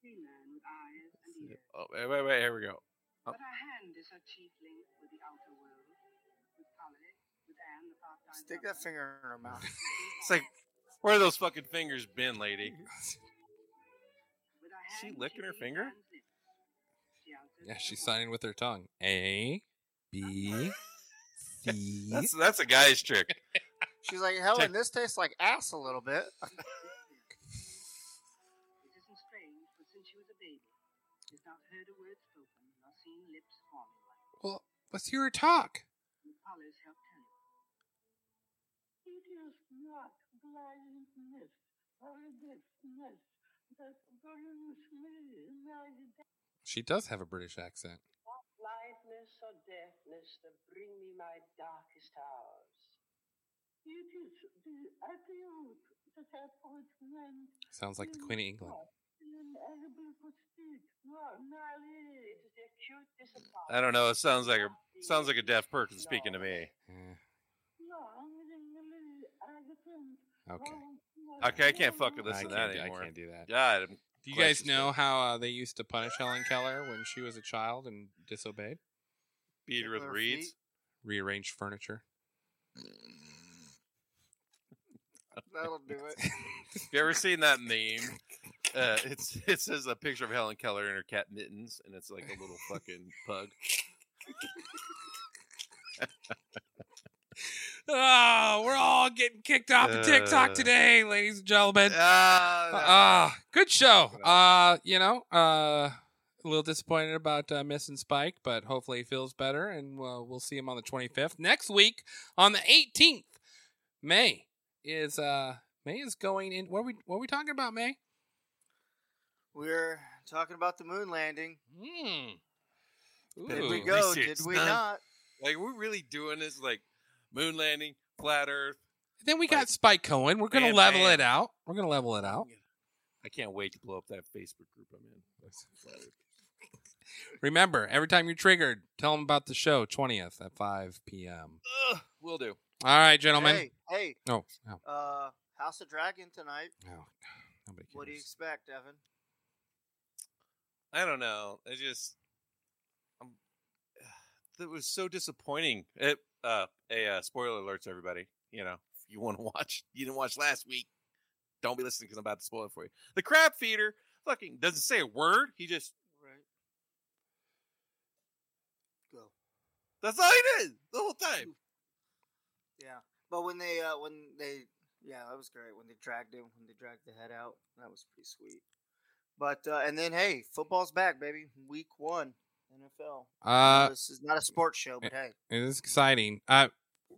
Greenland with eyes and ears. Oh, wait, wait, wait. Here we go. Oh. But her hand is her chief link with the outer world. With Polly, with Anne, the part-time Stick that finger in her mouth. It's like, where have those fucking fingers been, lady? With her She hand, licking her reads finger? Anne's lips. She answers Yeah, with she's her signing with her tongue. A, B, C. That's that's a guy's trick. She's like, Helen, this tastes like ass a little bit. voice. It isn't strange, for since she was a baby, she's not heard a word spoken nor seen lips formed. Well, let's hear her talk. And Polly's helped her. It is not blindness, blindness that burns me like that. She does have a British accent. Not blindness or deafness that bring me my darkest hours. It is the adult Sounds like the Queen of England. I don't know. It sounds like a sounds like a deaf person speaking to me. Eh, Okay. Okay, I can't fucking I listen to can't that do- I anymore. can't do that. God, I'm Do you quite guys know how uh, they used to punish Helen Keller when she was a child and disobeyed? beat her with reeds. Rearrange furniture. That'll do it. Have you ever seen that meme? Uh, it's it says a picture of Helen Keller in her cat mittens, and it's like a little fucking pug. Oh, we're all getting kicked off of TikTok Uh. today, ladies and gentlemen. Ah, Uh, good show. Uh, you know, uh, a little disappointed about uh, missing Spike, but hopefully he feels better, and uh, we'll see him on the 25th next week. On the 18th, May is uh May is going in. What are we what are we talking about, May? We're talking about the moon landing. Hmm. Did we Ooh. go? Research Did we done. not? Like we're really doing this, like moon landing, flat Earth. Then we got Spike Cohen. We're gonna Bam, level bam. it out. We're gonna level it out. I can't wait to blow up that Facebook group I'm in. Remember, every time you're triggered, tell them about the show 20th at 5 p.m. Ugh, will do. All right, gentlemen. Hey, hey. Oh, no, Uh, House of Dragon tonight. no. Nobody What do you expect, Evan? I don't know. It just i it was so disappointing. It, uh, a uh, spoiler alerts, everybody. You know, if you want to watch, you didn't watch last week. Don't be listening because I'm about to spoil it for you. The crab feeder fucking doesn't say a word. He just Right. Go. that's all he did the whole time. Yeah, but when they uh when they yeah that was great when they dragged him when they dragged the head out that was pretty sweet. But uh, and then hey, football's back, baby. Week one, NFL. Uh, this is not a sports show, but hey, It is exciting. Uh,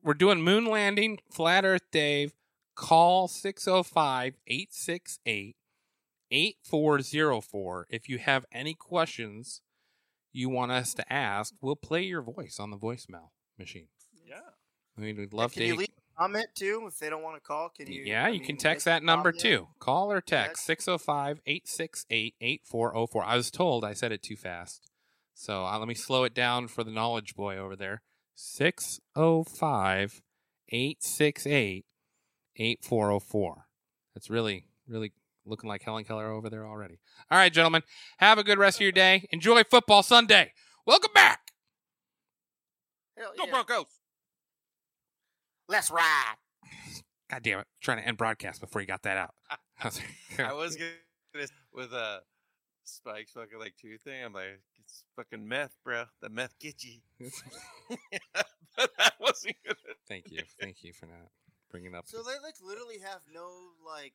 we're doing moon landing, flat earth Dave. Call 605 868 8404 if you have any questions you want us to ask. We'll play your voice on the voicemail machine. Yeah. I mean, we'd love can to. you leave a comment too if they don't want to call? Can you? yeah, I you can mean, text make a that number comment. too. Call or text 605 868 8404. I was told I said it too fast. So uh, let me slow it down for the knowledge boy over there. 605 868 8404. That's really, really looking like Helen Keller over there already. All right, gentlemen. Have a good rest of your day. Enjoy football Sunday. Welcome back. Hell Go yeah. Broncos. Let's ride. God damn it. Trying to end broadcast before you got that out. I was gonna do this with a Spike's fucking like two thing. I'm like, it's fucking meth, bro. The meth get you. but I wasn't gonna. Thank you. Thank you for not bringing up. So they like literally have no like.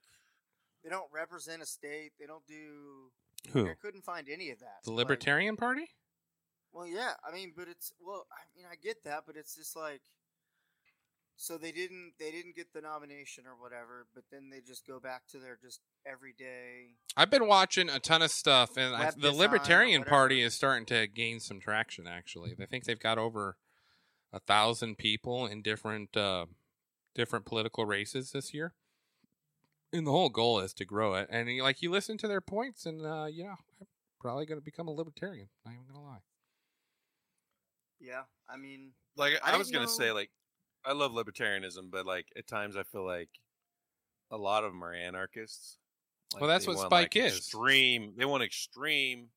They don't represent a state. They don't do. Who? I couldn't find any of that. The Like, Libertarian Party? Well, yeah, I mean, but it's well, I mean, I get that, but it's just like, so they didn't they didn't get the nomination or whatever, but then they just go back to their just everyday. I've been watching a ton of stuff, and I, Web the design or Libertarian whatever. Party is starting to gain some traction. Actually, I think they've got over a thousand people in different uh, different political races this year, and the whole goal is to grow it. And you, like you listen to their points, and uh, yeah, I'm probably going to become a libertarian. Not even going to lie. Yeah, I mean, Like I I, was didn't gonna say, know- like I love libertarianism, but like at times I feel like a lot of them are anarchists. Well, that's they what want, Spike like, is. Extreme. They want extreme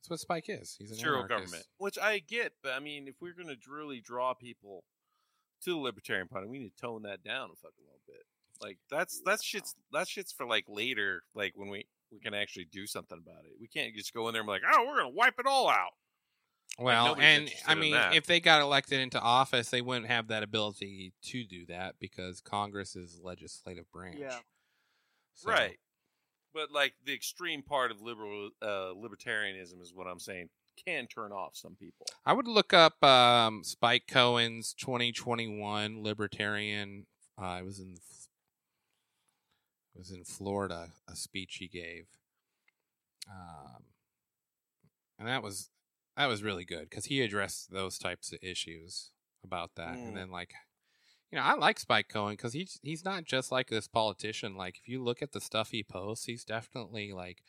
That's what Spike is. He's an zero anarchist. government, which I get. But I mean, if we're gonna really draw people to the Libertarian Party, we need to tone that down a fucking little bit. Like that's that's shit's that shit's for like later, like when we we can actually do something about it. We can't just go in there and be like, oh, we're gonna wipe it all out. Well, nobody's and interested I in mean, that. if they got elected into office, they wouldn't have that ability to do that because Congress is legislative branch. Yeah. So- Right. But like the extreme part of liberal uh, libertarianism is what I'm saying can turn off some people. I would look up um, Spike Cohen's 2021 Libertarian. Uh, it was in it was in Florida. A speech he gave, um, and that was that was really good because he addressed those types of issues about that, Mm. and then like you know, I like Spike Cohen because he's he's not just like this politician. Like if you look at the stuff he posts, he's definitely like,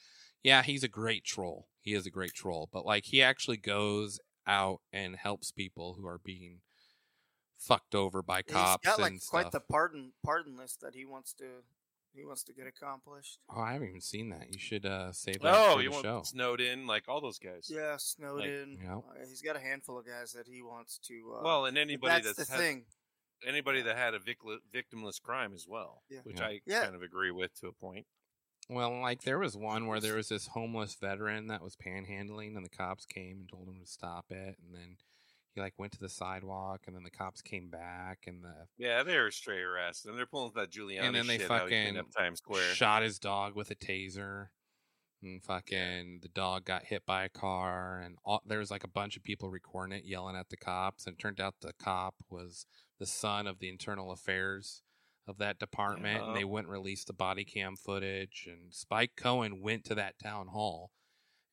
yeah, he's a great troll. He is a great troll, but like he actually goes out and helps people who are being fucked over by cops He's got and like stuff. quite the pardon pardon list that he wants to he wants to get accomplished. oh, I haven't even seen that. You should uh, save that Oh, for you the want show. Snowden, like all those guys. Yeah, Snowden. Yeah. Uh, he's got a handful of guys that he wants to. Uh, Well, and but anybody that's, the had- thing. Anybody that had a vicl- victimless crime as well, Yeah. which Yeah. I Yeah. kind of agree with to a point. Well, like there was one where there was this homeless veteran that was panhandling, and the cops came and told him to stop it, and then he like went to the sidewalk, and then the cops came back, and the Yeah, they were straight arrested, and they're pulling that Giuliani and then they shit out he cleaned fucking up Times Square. shot his dog with a taser, and fucking the dog got hit by a car, and all, there was like a bunch of people recording it, yelling at the cops, and it turned out the cop was the son of the internal affairs of that department, and they Yeah. wouldn't release the body cam footage, and Spike Cohen went to that town hall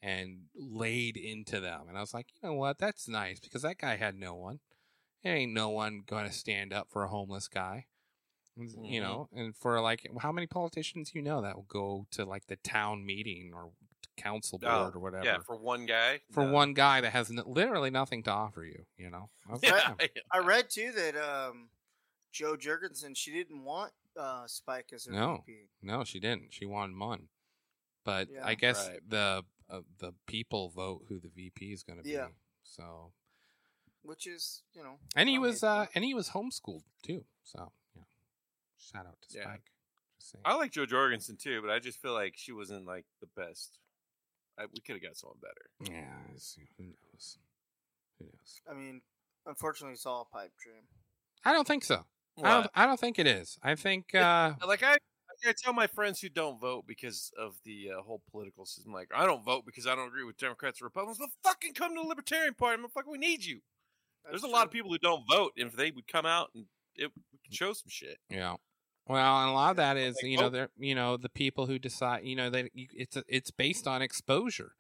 and laid into them, and I was like, you know what, that's nice because that guy had no one. There ain't no one going to stand up for a homeless guy you Mhm. know and for like how many politicians you know that will go to like the town meeting or council board Oh, or whatever Yeah, for one guy. for no. one guy that has n- literally nothing to offer you you know I was like, Yeah. "Yeah." I read too that um, Joe Jurgensen she didn't want uh, Spike as her no VP. no she didn't she won one but Yeah. i guess Right. the uh, the people vote who the vp is going to be Yeah. so which is you know. and he well, was uh and he was homeschooled too so yeah shout out to Yeah. spike Just saying. I like Joe Jorgensen too, but I just feel like she wasn't like the best. I, we could have got someone better. yeah it's- who knows who knows I mean, unfortunately, it's all a pipe dream. I don't think so. I don't, What? I don't think it is. I think uh, Like I, like I tell my friends who don't vote because of the uh, whole political system, like I don't vote because I don't agree with Democrats or Republicans. Well, fucking come to the Libertarian Party, motherfucker. We need you. There's That's a lot of true. Mm. people who don't vote, and if they would come out and it we could show some shit. Yeah. Well, and a lot of that is, Like, you know, oh. they're, you know, the people who decide, you know, that you- it's it's based on exposure,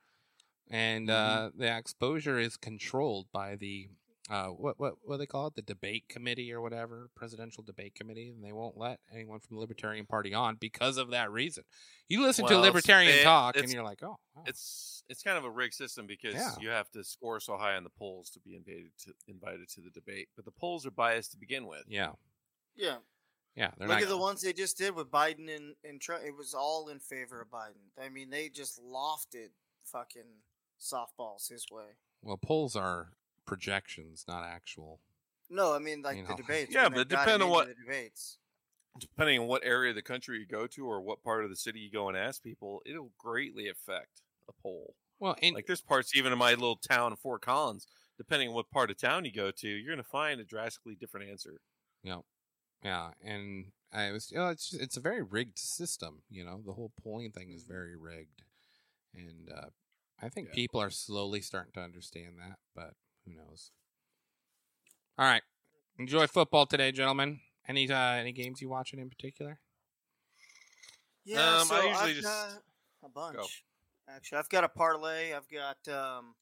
and uh, the exposure is controlled by the uh, what what what do they call it, the debate committee or whatever, presidential debate committee, and they won't let anyone from the Libertarian Party on because of that reason. You listen Well, to it's- Libertarian it- talk, and it's- you're like, oh, wow. It's it's kind of a rigged system because Yeah. you have to score so high on the polls to be invited to invited to the debate, but the polls are biased to begin with. yeah, Yeah, yeah. They're look not at the ones they just did with Biden and and Trump. It was all in favor of Biden. I mean, they just lofted fucking softballs his way. well, polls are projections, not actual. No, I mean like You the know. debates. Yeah, when they but got depend on into what- the debates. Depending on what area of the country you go to or what part of the city you go and ask people, it'll greatly affect a poll. Well, and like there's parts even in my little town, Fort Collins. Depending on what part of town you go to, you're going to find a drastically different answer. Yeah, yeah, and I was. You know, it's just, it's a very rigged system. You know, the whole polling thing is very rigged, and uh, I think Mm-hmm. Yeah. people are slowly starting to understand that. But who knows? All right, enjoy football today, gentlemen. Any uh, any games you watching in particular? Yeah, Um, so I I usually have just- got a bunch. Actually, I've got a parlay. I've got um,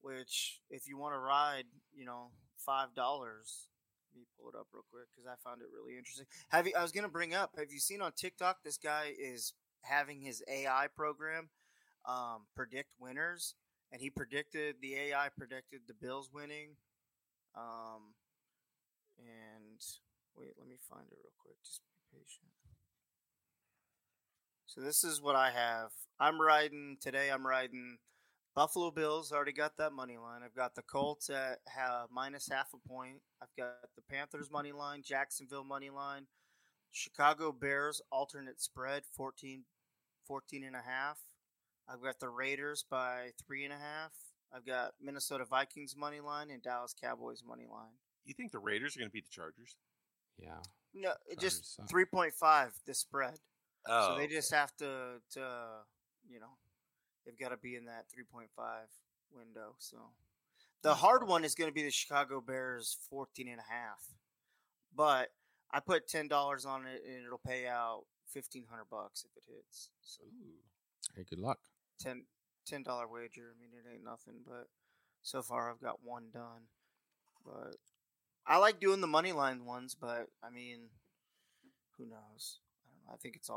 which if you want to ride, you know, five dollars. Let me pull it up real quick because I found it really interesting. Have you? I was gonna bring up. Have you seen on TikTok? This guy is having his AI program um, predict winners, and he predicted the AI predicted the Bills winning. Um, and wait, let me find it real quick. Just be patient. So this is what I have. I'm riding today. I'm riding Buffalo Bills. Already got that money line. I've got the Colts at ha- minus half a point. I've got the Panthers money line, Jacksonville money line, Chicago Bears alternate spread 14, 14 and a half. I've got the Raiders by three and a half. I've got Minnesota Vikings money line and Dallas Cowboys money line. You think the Raiders are going to beat the Chargers? Yeah. No, it Chargers just suck. three point five the spread. Oh, So they just have to, to you know, they've got to be in that 3.5 window. So the hard one is going to be the Chicago Bears 14 and a half. But I put $10 on it and it'll pay out 1500 bucks if it hits. So Hey, good luck. 10 $10 wager. I mean, it ain't nothing, but so far I've got one done. But I like doing the money line ones, but I mean, who knows? I, don't know. I think it's all